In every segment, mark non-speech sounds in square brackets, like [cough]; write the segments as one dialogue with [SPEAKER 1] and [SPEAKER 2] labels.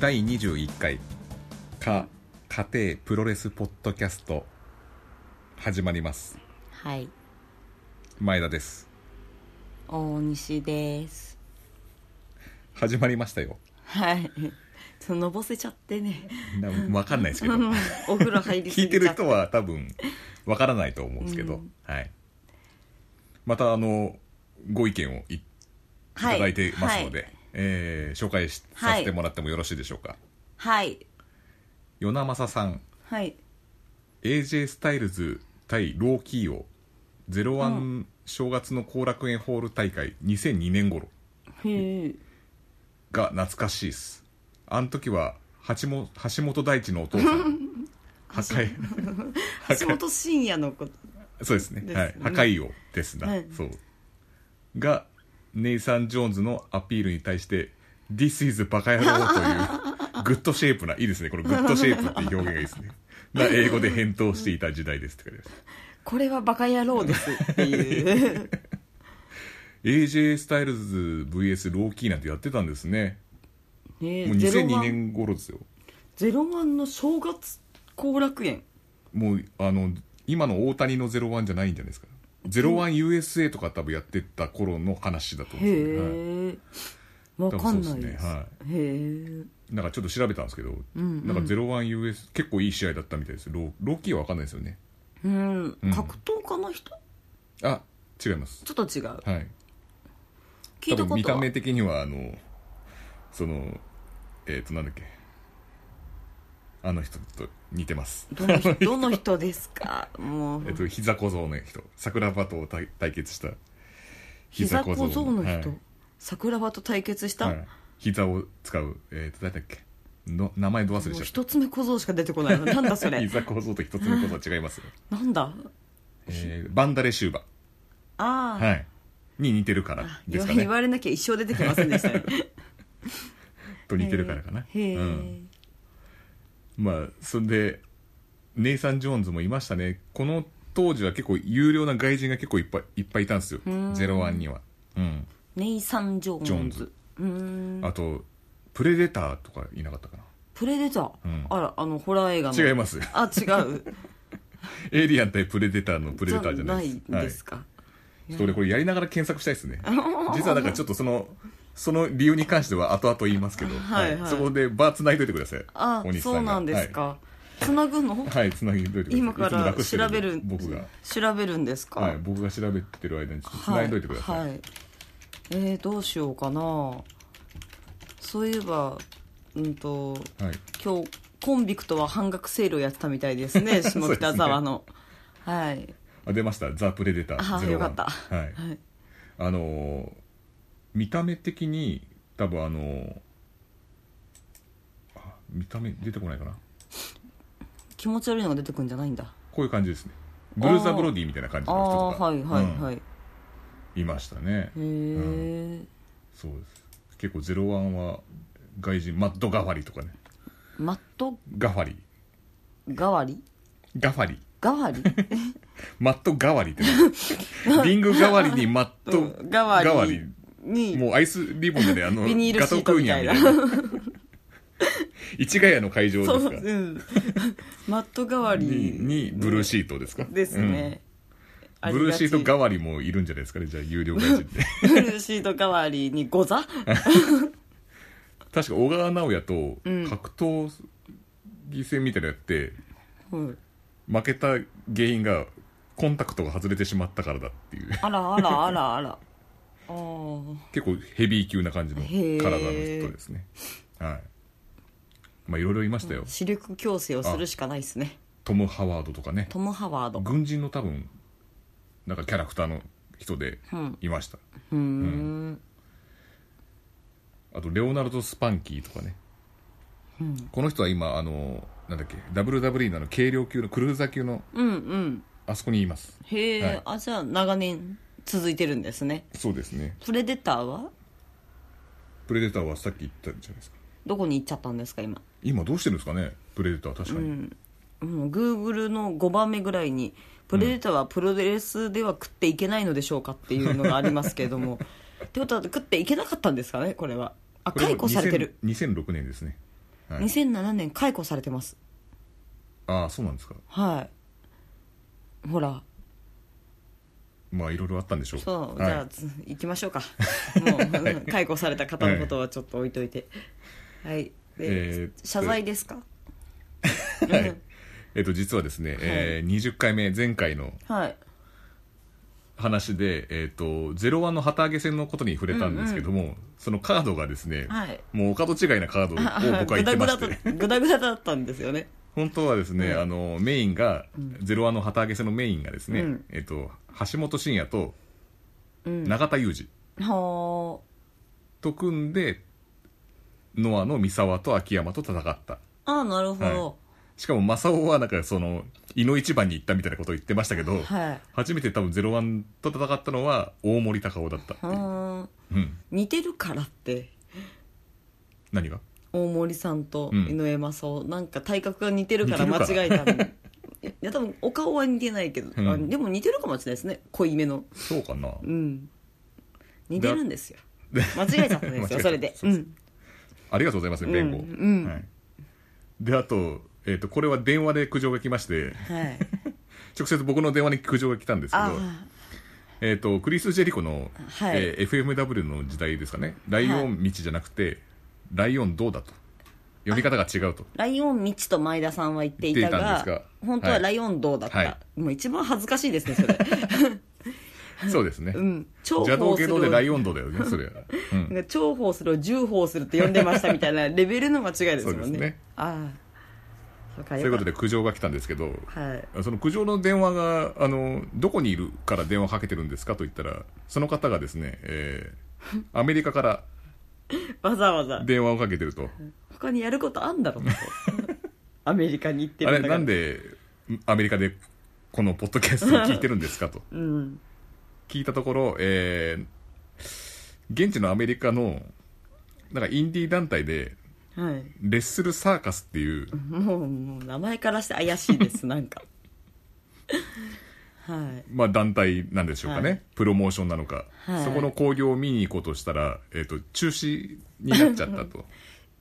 [SPEAKER 1] 第21回か家庭プロレスポッドキャスト始まります
[SPEAKER 2] はい
[SPEAKER 1] 前田です
[SPEAKER 2] 大西です
[SPEAKER 1] 始まりましたよ
[SPEAKER 2] はい [laughs] ちょっとのぼせちゃってね
[SPEAKER 1] なわかんないです
[SPEAKER 2] [laughs]
[SPEAKER 1] けど
[SPEAKER 2] うん [laughs] お風呂入りす
[SPEAKER 1] 聞
[SPEAKER 2] ぎ
[SPEAKER 1] いて
[SPEAKER 2] ち
[SPEAKER 1] る
[SPEAKER 2] ゃって
[SPEAKER 1] 人は多分わからないと思うんですけど、
[SPEAKER 2] うん
[SPEAKER 1] はいまたあのご意見をいいただいてますので、
[SPEAKER 2] はい
[SPEAKER 1] えー紹介し
[SPEAKER 2] は
[SPEAKER 1] さ
[SPEAKER 2] い
[SPEAKER 1] せてもらってもよろしいでしょうか
[SPEAKER 2] はい
[SPEAKER 1] 与那正さん
[SPEAKER 2] はい
[SPEAKER 1] AJ スタイルズ対ローキーを01正月の後楽園ホール大会2002年頃
[SPEAKER 2] へえ
[SPEAKER 1] が懐かしいっすあの時は橋も [laughs] 橋本大地のお父さん破壊破
[SPEAKER 2] 橋
[SPEAKER 1] 壊
[SPEAKER 2] 本真也のこと
[SPEAKER 1] [laughs] そうですね
[SPEAKER 2] です
[SPEAKER 1] はい、破壊王ですな、
[SPEAKER 2] はい
[SPEAKER 1] そうがネイサン・ジョーンズのアピールに対して「This is バカ野郎」と [laughs] いうグッドシェイプないいですねこのグッドシェイプっていう表現がいいです [laughs] ねが英語で返答していた時代ですって書いてあります
[SPEAKER 2] これはバカ野郎ですっ
[SPEAKER 1] [laughs]
[SPEAKER 2] ていう
[SPEAKER 1] AJ スタイルズ VS ローキーなんてやってたんですね
[SPEAKER 2] ねえ
[SPEAKER 1] もう2002年頃ですよ
[SPEAKER 2] ゼロワンの正月後楽園
[SPEAKER 1] もうあの今の大谷の01じゃないんじゃないですか 01USA とか多分やってた頃の話だと思うんですよね、はい
[SPEAKER 2] へえわかんないです
[SPEAKER 1] 多分そう
[SPEAKER 2] へえ
[SPEAKER 1] なんかちょっと調べたんですけど、
[SPEAKER 2] んうん
[SPEAKER 1] なんか 01US 結構いい試合だったみたいですローローキーは分かんないですよね
[SPEAKER 2] うん
[SPEAKER 1] うん
[SPEAKER 2] 格闘家の人
[SPEAKER 1] あ違います
[SPEAKER 2] ちょっと違う
[SPEAKER 1] はい
[SPEAKER 2] 聞いた
[SPEAKER 1] 多分
[SPEAKER 2] こ
[SPEAKER 1] 見
[SPEAKER 2] と
[SPEAKER 1] た
[SPEAKER 2] は
[SPEAKER 1] 目的にはあのそのえっ、となんだっけあの人と似てます
[SPEAKER 2] どの人どの人ですかもう
[SPEAKER 1] えっと、膝小僧の人桜庭と対対決した
[SPEAKER 2] 膝小僧の
[SPEAKER 1] は
[SPEAKER 2] 人、
[SPEAKER 1] い
[SPEAKER 2] 桜庭と対決した、
[SPEAKER 1] はい膝を使うえっと誰だっけの名前ど忘れ
[SPEAKER 2] もう
[SPEAKER 1] ちゃっ
[SPEAKER 2] 一つ目小僧しか出てこないのなんだそ
[SPEAKER 1] [laughs] た
[SPEAKER 2] れ
[SPEAKER 1] 膝小僧と一つ目小僧は違いますよ、
[SPEAKER 2] なんだ
[SPEAKER 1] えーバンダレシューバ
[SPEAKER 2] ああ、
[SPEAKER 1] はいに似てるから
[SPEAKER 2] あ
[SPEAKER 1] ですか
[SPEAKER 2] 言
[SPEAKER 1] ね
[SPEAKER 2] われなきゃ一生出てきませんでしたね
[SPEAKER 1] と [laughs] 似てるからかな、
[SPEAKER 2] へえ、
[SPEAKER 1] うん、まあそんでネイサン・ジョーンズもいましたねこの当時は結構有料な外人が結構いっぱいいっぱいいたんですよ
[SPEAKER 2] ん
[SPEAKER 1] ゼロワンにはうん
[SPEAKER 2] ネイサン・ジョ
[SPEAKER 1] ジョ
[SPEAKER 2] ー
[SPEAKER 1] ー
[SPEAKER 2] ン
[SPEAKER 1] ン
[SPEAKER 2] ズ
[SPEAKER 1] ズ
[SPEAKER 2] うーん
[SPEAKER 1] あとプレデターとかいなかったかな
[SPEAKER 2] プレデター、
[SPEAKER 1] うん
[SPEAKER 2] あらあのホラー映画の
[SPEAKER 1] 違います
[SPEAKER 2] あ違う
[SPEAKER 1] エイリアン対プレデター [laughs] のプレデターじゃないです
[SPEAKER 2] じゃないですか、
[SPEAKER 1] はい、ちょっと俺これやりながら検索したいですね実はなんかちょっとそのその理由に関しては後々言いますけど、
[SPEAKER 2] はいはい
[SPEAKER 1] そこでバー繋いといてください
[SPEAKER 2] あ
[SPEAKER 1] 大西さ
[SPEAKER 2] そうん
[SPEAKER 1] が
[SPEAKER 2] なんですか、つ
[SPEAKER 1] [laughs]
[SPEAKER 2] なぐの
[SPEAKER 1] はい、はい、繋いといてください
[SPEAKER 2] 今か
[SPEAKER 1] いつも
[SPEAKER 2] ら
[SPEAKER 1] 楽して
[SPEAKER 2] 調べる
[SPEAKER 1] んで僕が、
[SPEAKER 2] 調べるんですか、
[SPEAKER 1] はい、僕が調べてる間にちょっと繋いといてください、
[SPEAKER 2] はいはいえー、どうしようかなそういえばうんと
[SPEAKER 1] はい
[SPEAKER 2] 今日コンビクトは半額セールをやってたみたいで
[SPEAKER 1] [laughs]
[SPEAKER 2] すね下北沢の、はい
[SPEAKER 1] あ出ました「ザ・プレデター
[SPEAKER 2] あ
[SPEAKER 1] 01」
[SPEAKER 2] よかった
[SPEAKER 1] はい、
[SPEAKER 2] はい
[SPEAKER 1] あのー見た目的に多分あのーあ見た目出てこないかな
[SPEAKER 2] 気持ち悪いのが出てくるんじゃないんだ
[SPEAKER 1] こういう感じですねブルーザ・ブロディみたいな感じ
[SPEAKER 2] あ
[SPEAKER 1] の人
[SPEAKER 2] あ
[SPEAKER 1] とか
[SPEAKER 2] はいはい
[SPEAKER 1] うん
[SPEAKER 2] はい、へ
[SPEAKER 1] いましたね
[SPEAKER 2] え、
[SPEAKER 1] そうです結構「ゼロワンは外人マッド・ガファリとかね
[SPEAKER 2] マット
[SPEAKER 1] ガファリ
[SPEAKER 2] 代わり
[SPEAKER 1] ガファリ
[SPEAKER 2] 代わり
[SPEAKER 1] マット・ガワリ
[SPEAKER 2] [laughs]
[SPEAKER 1] ってなんかリング代わりにマット
[SPEAKER 2] 代わり
[SPEAKER 1] ガワリ
[SPEAKER 2] に
[SPEAKER 1] もうアイスリボンであの
[SPEAKER 2] ビニール
[SPEAKER 1] ガ
[SPEAKER 2] シ
[SPEAKER 1] ト
[SPEAKER 2] ー
[SPEAKER 1] ー
[SPEAKER 2] ト
[SPEAKER 1] クー
[SPEAKER 2] み
[SPEAKER 1] ニ
[SPEAKER 2] た
[SPEAKER 1] ャ
[SPEAKER 2] い
[SPEAKER 1] み
[SPEAKER 2] な
[SPEAKER 1] たいな
[SPEAKER 2] [laughs]
[SPEAKER 1] 市ヶ谷の会場
[SPEAKER 2] そう
[SPEAKER 1] ですか
[SPEAKER 2] うん、 [laughs] マット代わり
[SPEAKER 1] ににブルーシートですか
[SPEAKER 2] ですね、
[SPEAKER 1] う
[SPEAKER 2] あ
[SPEAKER 1] ん
[SPEAKER 2] り
[SPEAKER 1] ブルー
[SPEAKER 2] がち
[SPEAKER 1] シート代わりもいるんじゃないですかねじゃあ有料外人で
[SPEAKER 2] ブルーシート代わりにゴザ
[SPEAKER 1] 確か小川直也と
[SPEAKER 2] うん
[SPEAKER 1] 格闘技戦みたいなのやって、
[SPEAKER 2] うん
[SPEAKER 1] 負けた原因がコンタクトが外れてしまったからだって
[SPEAKER 2] [laughs]
[SPEAKER 1] いう
[SPEAKER 2] あらあらあらあらああ
[SPEAKER 1] 結構ヘビー級な感じの
[SPEAKER 2] へー
[SPEAKER 1] 体の人ですねはいまあいろいろいましたよ、
[SPEAKER 2] 視力矯正をするしかないですね
[SPEAKER 1] トム・ハワードとかね
[SPEAKER 2] トム・ハワード
[SPEAKER 1] 軍人の多分なんかキャラクターの人で
[SPEAKER 2] うん
[SPEAKER 1] いました、
[SPEAKER 2] うーん
[SPEAKER 1] あとレオナルド・スパンキーとかね、この人は今あのなんだっけ WWE のあの軽量級のクルーザー級の
[SPEAKER 2] うんうん
[SPEAKER 1] あそこにいます
[SPEAKER 2] へえ、
[SPEAKER 1] はい
[SPEAKER 2] あじゃあ長年続いてるんですね
[SPEAKER 1] そうですね
[SPEAKER 2] プレデターは
[SPEAKER 1] プレデターはさっき言ったじゃないですか
[SPEAKER 2] どこに行っちゃったんですか今
[SPEAKER 1] 今どうしてるんですかねプレデター確かに、
[SPEAKER 2] うんグーグルの5番目ぐらいにプレデターはプロレスでは食っていけないのでしょうかっていうのがありますけれどもってことは食っていけなかったんですかねこれはあ
[SPEAKER 1] これも
[SPEAKER 2] 解雇されてる
[SPEAKER 1] 2000 2006年ですねはい
[SPEAKER 2] 2007年解雇されてます
[SPEAKER 1] ああそうなんですか
[SPEAKER 2] はいほら
[SPEAKER 1] まあいろいろあったんでしょう
[SPEAKER 2] そう、
[SPEAKER 1] はい
[SPEAKER 2] じゃあつ行きま
[SPEAKER 1] [laughs]
[SPEAKER 2] しょうかもう解雇された方のことはちょっと置いといてはいで、
[SPEAKER 1] えーっと
[SPEAKER 2] 謝罪ですか
[SPEAKER 1] はいえっと実はですね、えー20回目前回の
[SPEAKER 2] はい
[SPEAKER 1] 話で、えー、と01の旗揚げ戦のことに触れたんですけども、そのカードがですね、
[SPEAKER 2] はい
[SPEAKER 1] もうお門違いなカードを
[SPEAKER 2] [laughs]
[SPEAKER 1] 僕は言って
[SPEAKER 2] グダグ
[SPEAKER 1] ま
[SPEAKER 2] ダ
[SPEAKER 1] し
[SPEAKER 2] と
[SPEAKER 1] て
[SPEAKER 2] グダグダだったんですよね
[SPEAKER 1] 本当はですね、あのメインが01の旗揚げ戦のメインがですね、
[SPEAKER 2] うん
[SPEAKER 1] えっと橋本真也と永田裕二
[SPEAKER 2] は
[SPEAKER 1] と組んでノアの三沢と秋山と戦った
[SPEAKER 2] ああーなるほど
[SPEAKER 1] しかも正雄はなんかその井の一番に行ったみたいなことを言ってましたけど、
[SPEAKER 2] はい、
[SPEAKER 1] 初めて多分01と戦ったのは大森高雄だったって
[SPEAKER 2] う
[SPEAKER 1] いう、
[SPEAKER 2] ーん
[SPEAKER 1] うん、
[SPEAKER 2] 似てるからって
[SPEAKER 1] 何が
[SPEAKER 2] 大森さんと
[SPEAKER 1] うん
[SPEAKER 2] 井上正雄、なんか体格が似てるから
[SPEAKER 1] 似て
[SPEAKER 2] 間
[SPEAKER 1] るから
[SPEAKER 2] 違えたんでいや多分お顔は似てないけど、
[SPEAKER 1] うん
[SPEAKER 2] あでも似てるかもしれないですね濃いめの
[SPEAKER 1] そうかな
[SPEAKER 2] うん似てるんですよ
[SPEAKER 1] で
[SPEAKER 2] 間違えちゃったんで
[SPEAKER 1] [laughs]
[SPEAKER 2] す
[SPEAKER 1] 間違え
[SPEAKER 2] よ
[SPEAKER 1] た
[SPEAKER 2] それで
[SPEAKER 1] そううんありがとうございますね弁護、
[SPEAKER 2] うんうん
[SPEAKER 1] はい、であと,、えー、とこれは電話で苦情が来まして
[SPEAKER 2] はい
[SPEAKER 1] 直接僕の電話に苦情が来たんですけど
[SPEAKER 2] あ、
[SPEAKER 1] えー、とクリス・ジェリコの、
[SPEAKER 2] はい
[SPEAKER 1] えー FMW の時代ですかねライオン道じゃなくて、ライオンどうだと呼び方が違うと
[SPEAKER 2] ライオン道と前田さんは言っていた
[SPEAKER 1] 言っ
[SPEAKER 2] が
[SPEAKER 1] ていたんですが
[SPEAKER 2] 本当ははいライオン道だった、
[SPEAKER 1] は
[SPEAKER 2] もう一番恥ずかしいですね
[SPEAKER 1] [laughs]
[SPEAKER 2] それ
[SPEAKER 1] そうですね、
[SPEAKER 2] うん重
[SPEAKER 1] 邪道
[SPEAKER 2] 宝
[SPEAKER 1] 下
[SPEAKER 2] す
[SPEAKER 1] 道でラ
[SPEAKER 2] る
[SPEAKER 1] イオン道だよねそれは、うん、
[SPEAKER 2] なんか重宝するを重宝するって呼んでましたみたいなレベルの間違いですもんね
[SPEAKER 1] そうですね
[SPEAKER 2] ああそうか
[SPEAKER 1] と
[SPEAKER 2] よ
[SPEAKER 1] いうこ
[SPEAKER 2] か
[SPEAKER 1] と
[SPEAKER 2] っ
[SPEAKER 1] で苦情が来たんですけど
[SPEAKER 2] たはい
[SPEAKER 1] その苦情の電話があのどこにいるから電話かけてるんですかと言ったらその方がですね、えーアメリカから
[SPEAKER 2] わざわざ
[SPEAKER 1] 電話をかけてると
[SPEAKER 2] 他にやることあんだろうと
[SPEAKER 1] [laughs]
[SPEAKER 2] アメリカに行って
[SPEAKER 1] あ
[SPEAKER 2] る
[SPEAKER 1] れ
[SPEAKER 2] んだから
[SPEAKER 1] なんでアメリカでこのポッドキャストを聞いてるんですかと
[SPEAKER 2] うん
[SPEAKER 1] 聞いたところ、えー現地のアメリカのなんかインディー団体で
[SPEAKER 2] はい
[SPEAKER 1] レッスルサーカスっていう
[SPEAKER 2] もうもう名前からして怪しいです
[SPEAKER 1] [laughs]
[SPEAKER 2] なんかはい
[SPEAKER 1] まあ、団体なんでしょうかね、
[SPEAKER 2] はい
[SPEAKER 1] プロモーションなのか、
[SPEAKER 2] はい
[SPEAKER 1] そこの興行を見に行こうとしたら、えー、と中止になっちゃった
[SPEAKER 2] [laughs]
[SPEAKER 1] と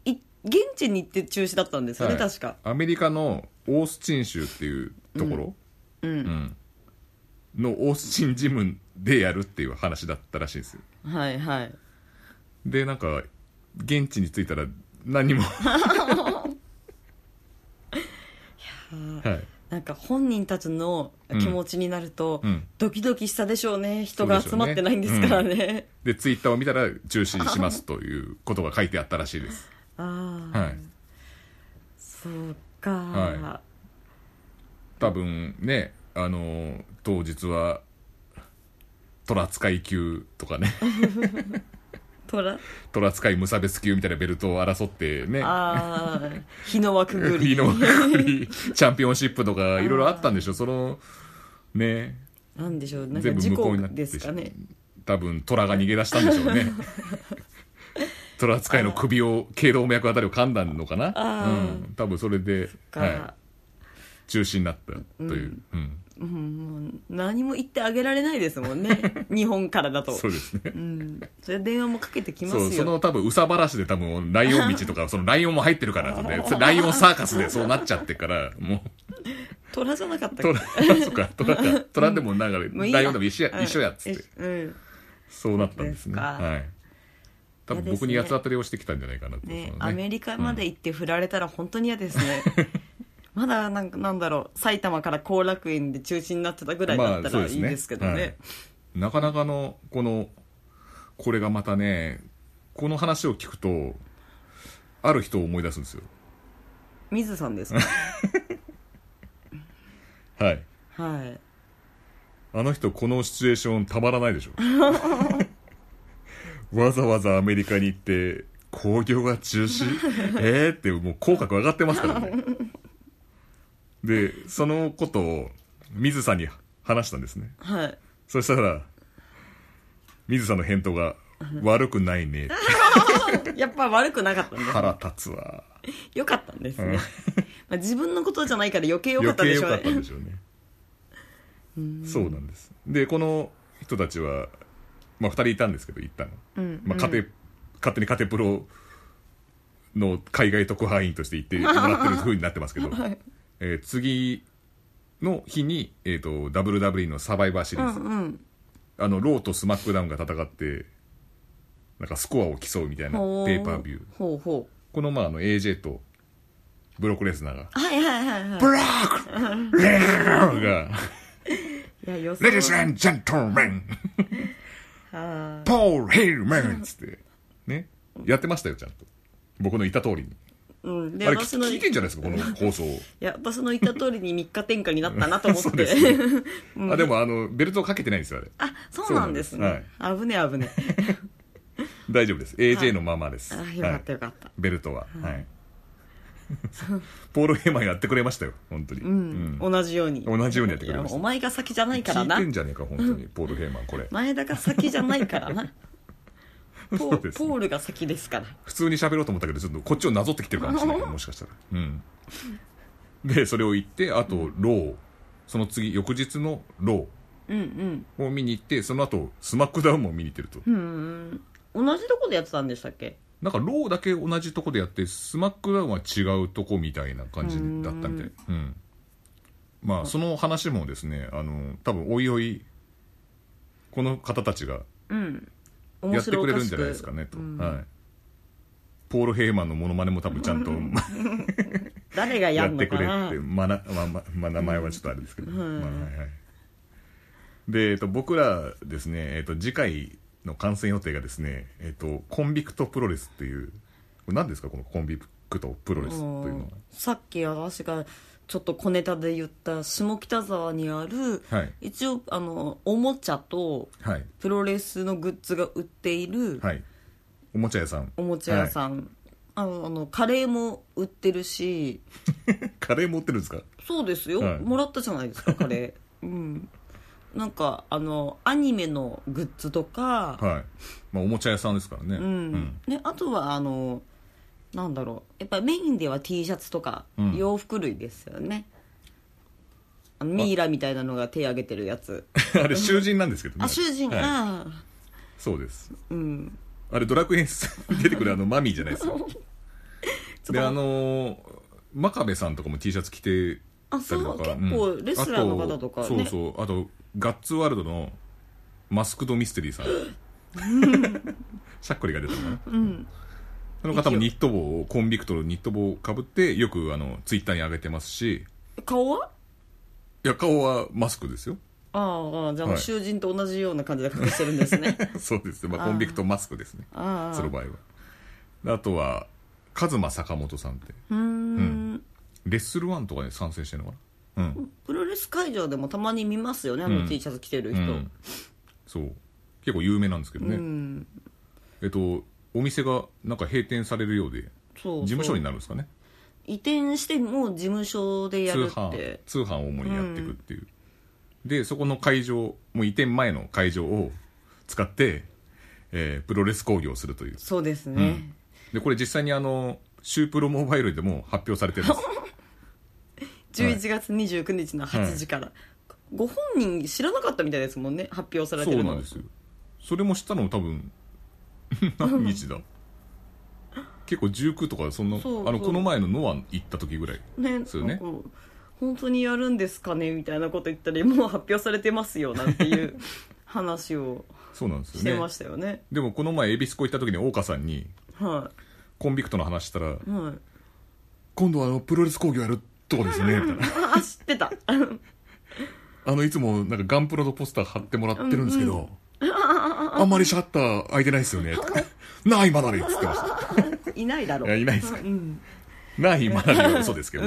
[SPEAKER 2] い現地に行って中止だったんですよね、
[SPEAKER 1] はい
[SPEAKER 2] 確か
[SPEAKER 1] アメリカのオースチン州っていうところ、
[SPEAKER 2] うん、
[SPEAKER 1] うんのオースチンジムでやるっていう話だったらしいんですよ
[SPEAKER 2] はいはい
[SPEAKER 1] でなんか現地に着いたら何
[SPEAKER 2] [laughs]
[SPEAKER 1] もはい
[SPEAKER 2] なんか本人たちの気持ちになると、
[SPEAKER 1] うん
[SPEAKER 2] ドキドキしたでしょうね人が集まってないんですからね
[SPEAKER 1] でツイッターを見たら中止しますということが書いてあったらしいです、
[SPEAKER 2] ああ、
[SPEAKER 1] はい、
[SPEAKER 2] そうか、
[SPEAKER 1] は多分ねあのー当日はトラ使い級と
[SPEAKER 2] [laughs]
[SPEAKER 1] かね
[SPEAKER 2] トラ
[SPEAKER 1] トラ使い無差別級みたいなベルトを争ってね
[SPEAKER 2] ああ日の輪くぐ
[SPEAKER 1] [laughs] 国
[SPEAKER 2] り
[SPEAKER 1] の国チャンピオンシップ
[SPEAKER 2] [laughs]
[SPEAKER 1] とかいろいろあったんでしょそのね
[SPEAKER 2] なんでしょうなんか
[SPEAKER 1] 全部
[SPEAKER 2] 事
[SPEAKER 1] 無効
[SPEAKER 2] 故
[SPEAKER 1] になって
[SPEAKER 2] ですかね
[SPEAKER 1] 多分トラが逃げ出したんでしょう
[SPEAKER 2] [laughs]
[SPEAKER 1] ねトラ使いの首を頸動脈あたりを噛んだのかな
[SPEAKER 2] あー
[SPEAKER 1] うん、多分それで、
[SPEAKER 2] か、
[SPEAKER 1] はい、中止になったという、うん
[SPEAKER 2] うんもう何も言ってあげられないですも
[SPEAKER 1] [laughs]
[SPEAKER 2] んね日本からだと
[SPEAKER 1] そうですね
[SPEAKER 2] うんそれ電話もかけてきます
[SPEAKER 1] そ
[SPEAKER 2] よ
[SPEAKER 1] う、その多分、うさばらしで多分、ライオン道とか、そのライオンも入ってるからなんで、そ
[SPEAKER 2] [laughs]
[SPEAKER 1] れライオンサーカスでそうなっちゃってから、も
[SPEAKER 2] 虎じゃなかった
[SPEAKER 1] う、
[SPEAKER 2] っ
[SPEAKER 1] ト
[SPEAKER 2] け
[SPEAKER 1] ラ、 [laughs] そっか、トラか、トラでもなんか、
[SPEAKER 2] もういいや
[SPEAKER 1] ライオンでも一緒
[SPEAKER 2] う
[SPEAKER 1] や、
[SPEAKER 2] ん
[SPEAKER 1] 一緒やっつって、
[SPEAKER 2] うん
[SPEAKER 1] そうなったんです
[SPEAKER 2] そう
[SPEAKER 1] ね。
[SPEAKER 2] ですか
[SPEAKER 1] はい。多分僕に八つ当たりをしてきたんじゃないかなと。
[SPEAKER 2] ね
[SPEAKER 1] その
[SPEAKER 2] アメリカまで行って振られたら本当に嫌ですね [laughs] まだなんかなんだろう埼玉から後楽園で中止になってたぐらいだったらいいですけどね,、
[SPEAKER 1] はいなかなかの、この、これがまたね、この話を聞くと、ある人を思い出すんですよ。
[SPEAKER 2] 水さん
[SPEAKER 1] [laughs]
[SPEAKER 2] ですか
[SPEAKER 1] はい。
[SPEAKER 2] はい
[SPEAKER 1] あの人このシチュエーションたまらないでしょ [laughs] わざわざアメリカに行って興行が中止えーってもう口角上がってますからねでそのことを水さんに話したんですね
[SPEAKER 2] はい
[SPEAKER 1] そしたら水さんの返答が「悪くないね」
[SPEAKER 2] やっぱ悪くなかったんです
[SPEAKER 1] 腹立つわ
[SPEAKER 2] よかったんです
[SPEAKER 1] うん
[SPEAKER 2] ね、まあ、自分のことじゃないから余計良か
[SPEAKER 1] 余計
[SPEAKER 2] ったでし
[SPEAKER 1] 良
[SPEAKER 2] ょう
[SPEAKER 1] かっ
[SPEAKER 2] ね
[SPEAKER 1] たんでしょうねそうなんですでこの人たちは、まあ、2人いたんですけど行ったの、
[SPEAKER 2] ん
[SPEAKER 1] まあ、家庭勝手に家庭プロの海外特派員として行 [laughs] ってもらってる風になってますけど、
[SPEAKER 2] はい
[SPEAKER 1] えー次の日に、えー、と WWE のサバイバーシリ
[SPEAKER 2] う
[SPEAKER 1] ーズ、
[SPEAKER 2] んうん
[SPEAKER 1] あのローとスマックダウンが戦ってなんかスコアを競うみたいなペ
[SPEAKER 2] ほう
[SPEAKER 1] ーパービュー
[SPEAKER 2] ほうほ
[SPEAKER 1] このまああの AJ とブロックレスナーが
[SPEAKER 2] うはいはいはいはい
[SPEAKER 1] ブロックレスナーが
[SPEAKER 2] いやよ
[SPEAKER 1] レディースジェントルメン
[SPEAKER 2] あ
[SPEAKER 1] ポール・ヘルメンっつってねやってましたよちゃんと僕の言った通りに
[SPEAKER 2] ーうんで
[SPEAKER 1] あれ
[SPEAKER 2] 私
[SPEAKER 1] 聞
[SPEAKER 2] の
[SPEAKER 1] 聞いてんじゃないですか
[SPEAKER 2] [laughs]
[SPEAKER 1] この放送を
[SPEAKER 2] いや私の言った通りに3日転換になったなと思
[SPEAKER 1] [laughs]
[SPEAKER 2] っ
[SPEAKER 1] そう
[SPEAKER 2] て
[SPEAKER 1] です
[SPEAKER 2] [laughs]
[SPEAKER 1] ねあでもあのベルトをかけてないんですよあれ
[SPEAKER 2] あそうなんですね、危ね危ね
[SPEAKER 1] 大丈夫です
[SPEAKER 2] はい
[SPEAKER 1] AJ のままです、
[SPEAKER 2] あよかった
[SPEAKER 1] はい
[SPEAKER 2] よかった、
[SPEAKER 1] ベルトは、はい、 [laughs] ポール・ヘーマンやってくれましたよ本当に、
[SPEAKER 2] うん同じように
[SPEAKER 1] 同じようにやってくれま
[SPEAKER 2] い
[SPEAKER 1] し
[SPEAKER 2] や
[SPEAKER 1] た
[SPEAKER 2] お前が先じゃないからな
[SPEAKER 1] 聞いてんじゃねえか本当にポール・ヘーマンこれ
[SPEAKER 2] 前田が先じゃないか
[SPEAKER 1] [laughs]
[SPEAKER 2] らなポ
[SPEAKER 1] そう
[SPEAKER 2] ー
[SPEAKER 1] です
[SPEAKER 2] ポ
[SPEAKER 1] ね
[SPEAKER 2] ールが先ですから
[SPEAKER 1] 普通に喋ろうと思ったけどちょっとこっちをなぞってき
[SPEAKER 2] [laughs]
[SPEAKER 1] てるかもしれないもしかしたらうんでそれを言ってあとローその次翌日のロ
[SPEAKER 2] うん
[SPEAKER 1] ーを見に行ってその後スマックダウンも見に行ってると、
[SPEAKER 2] うんうん同じとこでやってたんでしたっけ
[SPEAKER 1] なんかローだけ同じとこでやってスマックダウンは違うとこみたいな感じだったみたいうん、まあその話もですねあの多分おいおいこの方たちが
[SPEAKER 2] うん
[SPEAKER 1] や
[SPEAKER 2] 面
[SPEAKER 1] って
[SPEAKER 2] 白お
[SPEAKER 1] く
[SPEAKER 2] かし
[SPEAKER 1] れるんじゃ
[SPEAKER 2] く
[SPEAKER 1] ないですかねと、
[SPEAKER 2] うん
[SPEAKER 1] はい、ポール・ヘイマンのモノマネも多分ちゃん [laughs] と
[SPEAKER 2] 誰がや
[SPEAKER 1] やっ
[SPEAKER 2] んの
[SPEAKER 1] てく
[SPEAKER 2] か
[SPEAKER 1] れって
[SPEAKER 2] な
[SPEAKER 1] まあな、まあまあまあ、名前はちょっとあれですけど、
[SPEAKER 2] うん
[SPEAKER 1] まあはいはい、で、えっと、僕らですね、えっと、次回の観戦予定がですね、えっと、コンビクトプロレスっていうこれ何ですかこのコンビクトプロレスというのは
[SPEAKER 2] うんさっき私がちょっと小ネタで言った下北沢にある、
[SPEAKER 1] はい
[SPEAKER 2] 一応あのおもちゃと
[SPEAKER 1] はい
[SPEAKER 2] プロレスのグッズが売っている
[SPEAKER 1] はいおもちゃ屋さん
[SPEAKER 2] おもちゃ屋
[SPEAKER 1] ん、
[SPEAKER 2] さん、あのあのカレーも売ってるし
[SPEAKER 1] はいカレー持ってるんですか
[SPEAKER 2] そうですよ、
[SPEAKER 1] はい
[SPEAKER 2] もらったじゃないですかカレーうんなんかあのアニメのグッズとか、
[SPEAKER 1] はい、まあ、おもちゃ屋さんですからね
[SPEAKER 2] うんであとはあのなんだろうやっぱりメインでは T シャツとか、
[SPEAKER 1] うん
[SPEAKER 2] 洋服類ですよねあのミイラみたいなのが手挙げてるやつ
[SPEAKER 1] うんあれ囚人なんですけどね
[SPEAKER 2] あ囚人、
[SPEAKER 1] はい、
[SPEAKER 2] ああ
[SPEAKER 1] そうです
[SPEAKER 2] うん
[SPEAKER 1] あれドラクエに出てくるあのマミーじゃないですか
[SPEAKER 2] [laughs]
[SPEAKER 1] であのー真壁さんとかも T シャツ着て
[SPEAKER 2] あ
[SPEAKER 1] た
[SPEAKER 2] そ
[SPEAKER 1] りと
[SPEAKER 2] う
[SPEAKER 1] か
[SPEAKER 2] 結
[SPEAKER 1] うん
[SPEAKER 2] 構レスラーの方とかね、
[SPEAKER 1] あそうそうあとガッツワールドのマスクドミステリーさん
[SPEAKER 2] [laughs]
[SPEAKER 1] しゃっくりが出たのかな
[SPEAKER 2] うん
[SPEAKER 1] その方もニット帽をコンビクトのニット帽をかぶってよくあのツイッターに上げてますし
[SPEAKER 2] 顔はい
[SPEAKER 1] や顔はマスクですよ [laughs]
[SPEAKER 2] ああああじゃあも
[SPEAKER 1] は
[SPEAKER 2] う
[SPEAKER 1] い
[SPEAKER 2] 囚人と同じような感じで隠してるんです
[SPEAKER 1] [laughs]
[SPEAKER 2] ね
[SPEAKER 1] そうです、まあ、
[SPEAKER 2] あー
[SPEAKER 1] コンビクトマスクですね
[SPEAKER 2] ああ
[SPEAKER 1] その場合はあとはカズマ坂本さんって
[SPEAKER 2] うーん
[SPEAKER 1] レッスルワンとかに参戦してるのかなうん
[SPEAKER 2] プロレス会場でもたまに見ますよねあ
[SPEAKER 1] う
[SPEAKER 2] の
[SPEAKER 1] ん
[SPEAKER 2] T シャツ着てる
[SPEAKER 1] う
[SPEAKER 2] 人、
[SPEAKER 1] ん、そう結構有名なんですけどね、
[SPEAKER 2] うん
[SPEAKER 1] えっとお店がなんか閉店されるようで
[SPEAKER 2] そう
[SPEAKER 1] 事務所にな
[SPEAKER 2] な
[SPEAKER 1] るんですかね
[SPEAKER 2] 移転してもう事務所でや
[SPEAKER 1] 通
[SPEAKER 2] るって
[SPEAKER 1] 販通販を主にやっていくっていう、でそこの会場もう移転前の会場を使って、えープロレス興行をするという
[SPEAKER 2] そうですね、
[SPEAKER 1] でこれ実際にあのシュープロモバイルでも発表されてるん
[SPEAKER 2] [laughs]
[SPEAKER 1] です
[SPEAKER 2] 11月29日の8時から、ご本人知らなかったみたいですもんね発表され
[SPEAKER 1] そ
[SPEAKER 2] て
[SPEAKER 1] う
[SPEAKER 2] るの
[SPEAKER 1] なんですよそれも知ったのも多分 [laughs] 何日だ結構19とかそんな
[SPEAKER 2] そう
[SPEAKER 1] あの
[SPEAKER 2] そう
[SPEAKER 1] この前のノア行った時ぐらい
[SPEAKER 2] ね
[SPEAKER 1] そうね
[SPEAKER 2] なんか本当にやるんですかねみたいなこと言ったりもう発表されてますよなんていう話を
[SPEAKER 1] そうなんです
[SPEAKER 2] し
[SPEAKER 1] よ
[SPEAKER 2] て
[SPEAKER 1] ね
[SPEAKER 2] ましたよね
[SPEAKER 1] でもこの前恵比寿港行った時に大岡さんに
[SPEAKER 2] は
[SPEAKER 1] コンビクトの話したら
[SPEAKER 2] い、はい、
[SPEAKER 1] 今度はあのプロレス工業やるとこですねみたいな
[SPEAKER 2] あ知ってた
[SPEAKER 1] あのいつもなんかガンプラのポスター貼ってもらってるんですけど、あんまりシャッター開いてないですよねとかないまだれっつってました
[SPEAKER 2] いないだろ
[SPEAKER 1] いやいないですか
[SPEAKER 2] うん、
[SPEAKER 1] ないまだれは嘘ですけど、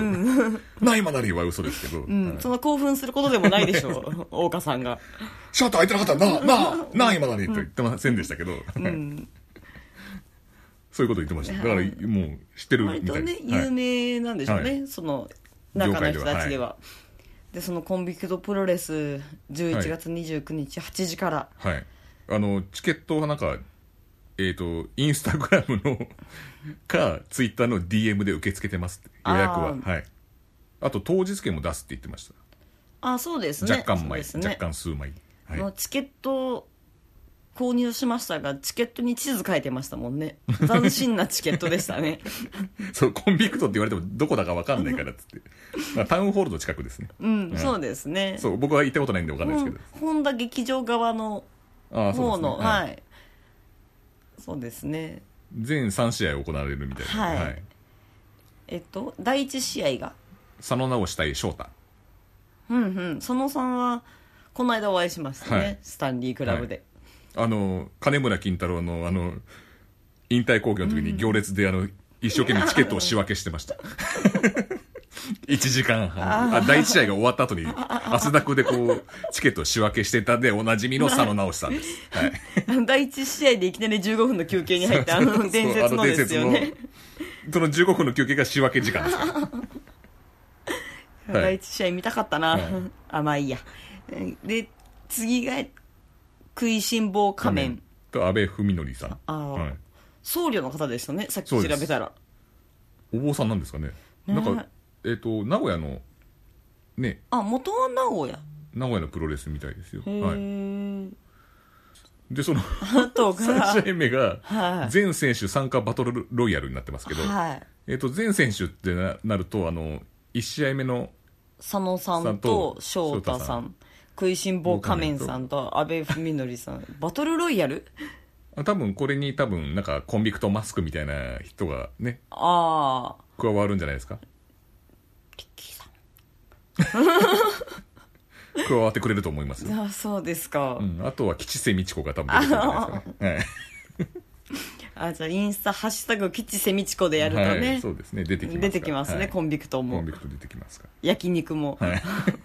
[SPEAKER 1] ないまだれは嘘ですけど、
[SPEAKER 2] うん
[SPEAKER 1] はい
[SPEAKER 2] その興奮することでもないでしょう大岡さんが
[SPEAKER 1] シャッター開いてなかったらななないまだれと言ってませんでしたけど、
[SPEAKER 2] うん
[SPEAKER 1] そういうこと言ってましただから
[SPEAKER 2] はい
[SPEAKER 1] もう知ってるみ
[SPEAKER 2] 割と
[SPEAKER 1] たい
[SPEAKER 2] ね、
[SPEAKER 1] はい
[SPEAKER 2] 有名なんでしょうね、
[SPEAKER 1] は
[SPEAKER 2] その中の人たちでは。でそのコンビクトプロレス
[SPEAKER 1] はい
[SPEAKER 2] 11月29日8時から、
[SPEAKER 1] はい、あのチケットはなんか、えっとインスタグラムの [laughs] かツイッターの DM で受け付けてますって予約は
[SPEAKER 2] あー
[SPEAKER 1] はい、あと当日券も出すって言ってまし
[SPEAKER 2] あそうです
[SPEAKER 1] た、
[SPEAKER 2] ね
[SPEAKER 1] 若干枚、
[SPEAKER 2] そうですね
[SPEAKER 1] 若干数枚、はい
[SPEAKER 2] もうチケット購入しましたがチケットに地図書いてましたもん
[SPEAKER 1] [laughs]
[SPEAKER 2] ね斬新なチケットでしたね
[SPEAKER 1] そうコンビクトって言われてもどこだか分かんないからっつっ
[SPEAKER 2] [laughs]
[SPEAKER 1] てまあタウンホールの近くですね
[SPEAKER 2] うん、
[SPEAKER 1] うん
[SPEAKER 2] そうですね
[SPEAKER 1] そう僕は行ったことないんで分かんないですけ
[SPEAKER 2] 本
[SPEAKER 1] ど、
[SPEAKER 2] 本田劇場側の
[SPEAKER 1] ああそうで
[SPEAKER 2] 方
[SPEAKER 1] すね、
[SPEAKER 2] の、はい、そうですね
[SPEAKER 1] 全3試合行われるみたいな、
[SPEAKER 2] はいえっと第一試合が
[SPEAKER 1] 佐野直したい翔太
[SPEAKER 2] うんうん佐野さんはこの間お会いしましたね、
[SPEAKER 1] はい
[SPEAKER 2] スタンリークラブで、
[SPEAKER 1] あの金村金太郎のあの引退興行の時に行列で、あの一生懸命チケットを仕分けしてました [laughs] 1時間半あ第1試合が終わった後に汗だくでこうチケットを仕分けしてたんでおなじみの佐野直さんです、はい、
[SPEAKER 2] あの [laughs] 第一試合でいきなり15分の休憩に入った
[SPEAKER 1] [laughs]
[SPEAKER 2] あ
[SPEAKER 1] そう
[SPEAKER 2] の伝説のですよ
[SPEAKER 1] あの伝
[SPEAKER 2] ね
[SPEAKER 1] 説のその15分の休憩が仕分け時間ですからはい
[SPEAKER 2] [laughs] 第一試合見たかったな、
[SPEAKER 1] はい
[SPEAKER 2] あまあいいやで次が食いしん坊仮面
[SPEAKER 1] と安倍文則さん
[SPEAKER 2] あー
[SPEAKER 1] はい、
[SPEAKER 2] 僧侶の方でしたねさっき
[SPEAKER 1] そ
[SPEAKER 2] 調
[SPEAKER 1] うです
[SPEAKER 2] べたら
[SPEAKER 1] お坊さんなんですかね
[SPEAKER 2] ね
[SPEAKER 1] なんかえっ、と名古屋のね
[SPEAKER 2] あ元は名古屋
[SPEAKER 1] 名古屋のプロレスみたいですよ、
[SPEAKER 2] へえ、
[SPEAKER 1] はい、でその
[SPEAKER 2] あ [laughs] とが
[SPEAKER 1] 3試合目が
[SPEAKER 2] はい
[SPEAKER 1] 全選手参加バトルロイヤルになってますけど、
[SPEAKER 2] はい
[SPEAKER 1] えっと全選手ってななるとあの1試合目の
[SPEAKER 2] 佐野さ
[SPEAKER 1] さん
[SPEAKER 2] ん
[SPEAKER 1] と
[SPEAKER 2] と翔
[SPEAKER 1] 翔
[SPEAKER 2] 太さん
[SPEAKER 1] 太さ
[SPEAKER 2] 食いしん坊仮面さんと阿部文則さ
[SPEAKER 1] [laughs]
[SPEAKER 2] んバトルロイヤル
[SPEAKER 1] あ多分これに多分なんかコンビクトマスクみたいな人がね
[SPEAKER 2] ああ
[SPEAKER 1] 加わるんじゃないですか
[SPEAKER 2] リッキーさ
[SPEAKER 1] 加わってくれると思いますよ、
[SPEAKER 2] んあそうですか、
[SPEAKER 1] うん、あとは吉瀬美智子が多分出てくるんじゃないですかね、はい
[SPEAKER 2] あじゃあインスタ「ハッシュタグ吉瀬美智子」でやるとね、
[SPEAKER 1] はい、そうですね出てきますから
[SPEAKER 2] 出てきますね、
[SPEAKER 1] はい
[SPEAKER 2] コンビクト
[SPEAKER 1] コ
[SPEAKER 2] も
[SPEAKER 1] ンビクト出てきますか
[SPEAKER 2] 焼肉も、
[SPEAKER 1] ら、は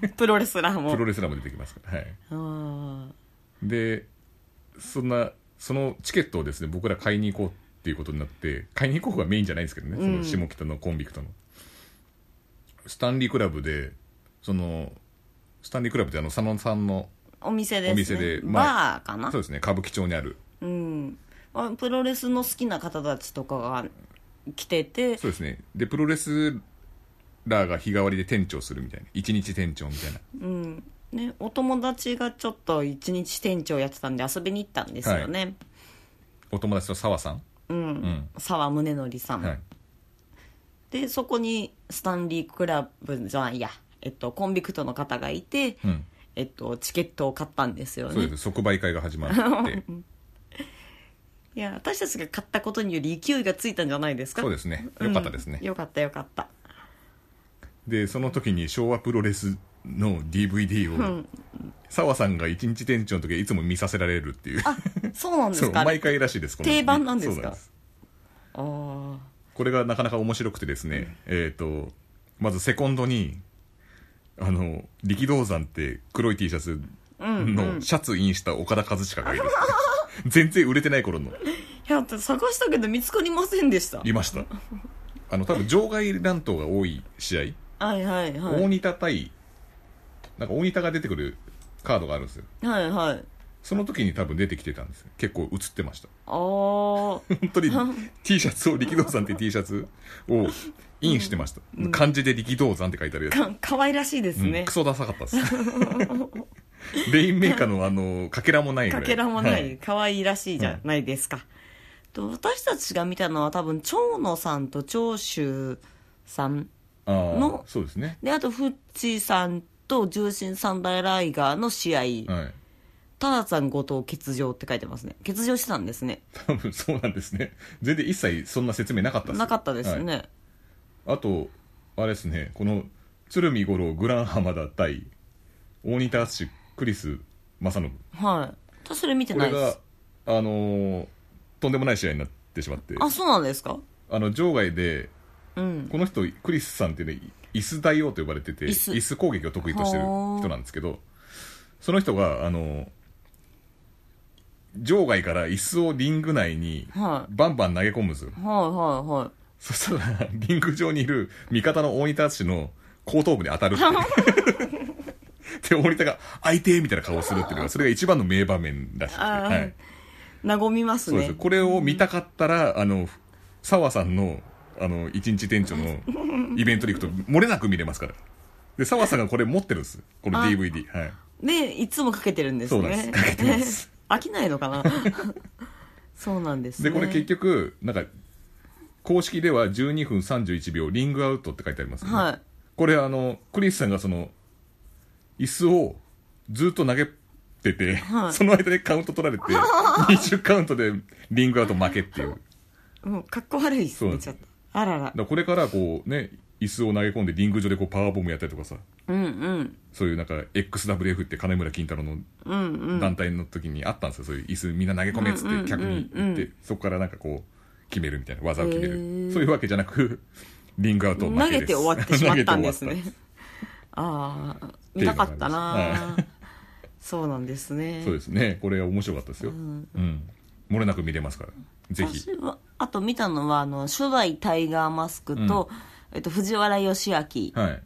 [SPEAKER 1] い、
[SPEAKER 2] [laughs] プロレスラーも
[SPEAKER 1] プロレスラーも出てきますから、はい、
[SPEAKER 2] あ
[SPEAKER 1] でそんなそのチケットをですね僕ら買いに行こうっていうことになって買いに行こうがメインじゃないんですけどね、
[SPEAKER 2] うん
[SPEAKER 1] その下北のコンビクトのスタンリークラブでそのスタンリークラブってあの佐野さんの
[SPEAKER 2] ーお店です、ね、
[SPEAKER 1] お店でま
[SPEAKER 2] バーかな
[SPEAKER 1] そうですね歌舞伎町にある
[SPEAKER 2] うんあプロレスの好きな方たちとかが来てて
[SPEAKER 1] そうですねでプロレスラーが日替わりで店長するみたいな一日店長みたいな
[SPEAKER 2] うんね、お友達がちょっと一日店長やってたんで遊びに行ったんですよね、
[SPEAKER 1] お友達の澤さん、
[SPEAKER 2] うん澤宗則さん、
[SPEAKER 1] はい、
[SPEAKER 2] でそこにスタンリークラブじゃないや、えっと、コンビクトの方がいて、
[SPEAKER 1] うん、
[SPEAKER 2] えっと、チケットを買ったんですよ
[SPEAKER 1] そう
[SPEAKER 2] ね
[SPEAKER 1] です即売会が始
[SPEAKER 2] [laughs]
[SPEAKER 1] まって
[SPEAKER 2] いや私たちが買ったことにより勢いがついたんじゃないですか
[SPEAKER 1] そうですねよかったですね、
[SPEAKER 2] うんよかったよかった
[SPEAKER 1] でその時に昭和プロレスの DVD を澤、さんが一日店長の時はいつも見させられるっていう
[SPEAKER 2] あ [laughs] そうなんで
[SPEAKER 1] そ
[SPEAKER 2] す
[SPEAKER 1] う
[SPEAKER 2] かあれ
[SPEAKER 1] 毎回らしいですこの
[SPEAKER 2] 定番なんですか
[SPEAKER 1] そう
[SPEAKER 2] あー
[SPEAKER 1] これがなかなか面白くてですね、えっ、とまずセコンドにあの力道山って黒い T シャツのシャツインした岡田和親がいる、全然売れてない頃の
[SPEAKER 2] いやだって探したけど見つかりませんでした
[SPEAKER 1] いましたあの多分場外乱闘が多い試合、
[SPEAKER 2] はいはいは
[SPEAKER 1] 大
[SPEAKER 2] い
[SPEAKER 1] 仁田対なんか大仁田が出てくるカードがあるんですよ
[SPEAKER 2] はいはい
[SPEAKER 1] その時に多分出てきてたんですよ結構映ってました
[SPEAKER 2] あー
[SPEAKER 1] 本
[SPEAKER 2] [laughs]
[SPEAKER 1] 当に T シャツを力道山っていう T シャツをインしてました、漢字で力道山って書いてあるやつ、
[SPEAKER 2] か [laughs] 可愛らしいです
[SPEAKER 1] うん
[SPEAKER 2] ね
[SPEAKER 1] ク、ソダサかったです [laughs] レインメーカーのあのかけらもないぐら
[SPEAKER 2] か
[SPEAKER 1] い
[SPEAKER 2] けらもな
[SPEAKER 1] はい
[SPEAKER 2] 可愛、い、らしいじゃないですか、と私たちが見たのは多分長野さんと長州さん
[SPEAKER 1] あー
[SPEAKER 2] の
[SPEAKER 1] そうですね
[SPEAKER 2] であとフッチーさんと重心三大ライガーの試合、
[SPEAKER 1] はい
[SPEAKER 2] ターザン後藤欠場って書いてますね欠場してたんですね
[SPEAKER 1] 多分そうなんですね全然一切そんな説明なかったっ
[SPEAKER 2] なかったですね、
[SPEAKER 1] はいあとあれですねこの鶴見五郎グラン浜田対大仁田敦クリス正信
[SPEAKER 2] はい、私それ見て
[SPEAKER 1] こ
[SPEAKER 2] な
[SPEAKER 1] れ
[SPEAKER 2] いで
[SPEAKER 1] が
[SPEAKER 2] す、
[SPEAKER 1] あのーとんでもない試合になってしまって、
[SPEAKER 2] あそうなんですか
[SPEAKER 1] あの場外で、
[SPEAKER 2] うん
[SPEAKER 1] この人、クリスさんっていうね、椅子大王と呼ばれてて、
[SPEAKER 2] 椅子
[SPEAKER 1] 椅子攻撃を得意としてる人なんですけど、その人が、あのー場外から椅子をリング内に
[SPEAKER 2] は
[SPEAKER 1] バンバン投げ込むんですよ。
[SPEAKER 2] はいはいはい
[SPEAKER 1] そしたら、リング上にいる味方の大仁田氏の後頭部に当たるっていう。で、大仁田が、相手みたいな顔をするっていうのが、それが一番の名場面らしくて。
[SPEAKER 2] あー
[SPEAKER 1] はい
[SPEAKER 2] 和みます
[SPEAKER 1] そうです
[SPEAKER 2] ね
[SPEAKER 1] よこれを見たかったら、あの澤さんのあの一日店長
[SPEAKER 2] [laughs]
[SPEAKER 1] のイベントに行くと漏れなく見れますからで澤さんがこれ持ってるんですこの
[SPEAKER 2] あ
[SPEAKER 1] DVD はい
[SPEAKER 2] でいつもかけてるんです
[SPEAKER 1] そう
[SPEAKER 2] ね
[SPEAKER 1] なんですかけてます
[SPEAKER 2] [laughs] 飽きないのかなそうなんですね
[SPEAKER 1] でこれ結局なんか公式では12分31秒リングアウトって書いてありますよね、
[SPEAKER 2] はい
[SPEAKER 1] これあのクリスさんがその椅子をずっと投げてて、
[SPEAKER 2] はい
[SPEAKER 1] その間でカウント取られ
[SPEAKER 2] [laughs]
[SPEAKER 1] て20カウントでリングアウト負けっていうだか
[SPEAKER 2] もう格好悪いです
[SPEAKER 1] そう
[SPEAKER 2] ねちょっとあらら
[SPEAKER 1] らこれからこうね椅子を投げ込んでリング上でこうパワーボムやったりとかさ
[SPEAKER 2] うんうん
[SPEAKER 1] そういうなんか XWF って金村金太郎の
[SPEAKER 2] うんうん
[SPEAKER 1] 団体の時にあったんですよ、そういう椅子みんな投げ込めっつって客に
[SPEAKER 2] うんうん
[SPEAKER 1] 行っ
[SPEAKER 2] うんう
[SPEAKER 1] て
[SPEAKER 2] ん
[SPEAKER 1] そこからなんかこう決めるみたいな技を決め
[SPEAKER 2] へ
[SPEAKER 1] る
[SPEAKER 2] ー
[SPEAKER 1] そういうわけじゃなくリングアウト負
[SPEAKER 2] 投
[SPEAKER 1] け
[SPEAKER 2] げ
[SPEAKER 1] です
[SPEAKER 2] て終わってしまったんです
[SPEAKER 1] 投げ
[SPEAKER 2] ね
[SPEAKER 1] て終わっ
[SPEAKER 2] ああ見たかったな
[SPEAKER 1] って
[SPEAKER 2] そうなんですね
[SPEAKER 1] たそうですねこれは面白かったですよ、
[SPEAKER 2] ん
[SPEAKER 1] うん、漏れなく見れますからぜひ
[SPEAKER 2] 私はあと見たのはあの初代タイガーマスクと、えっと、藤原義明、
[SPEAKER 1] はい、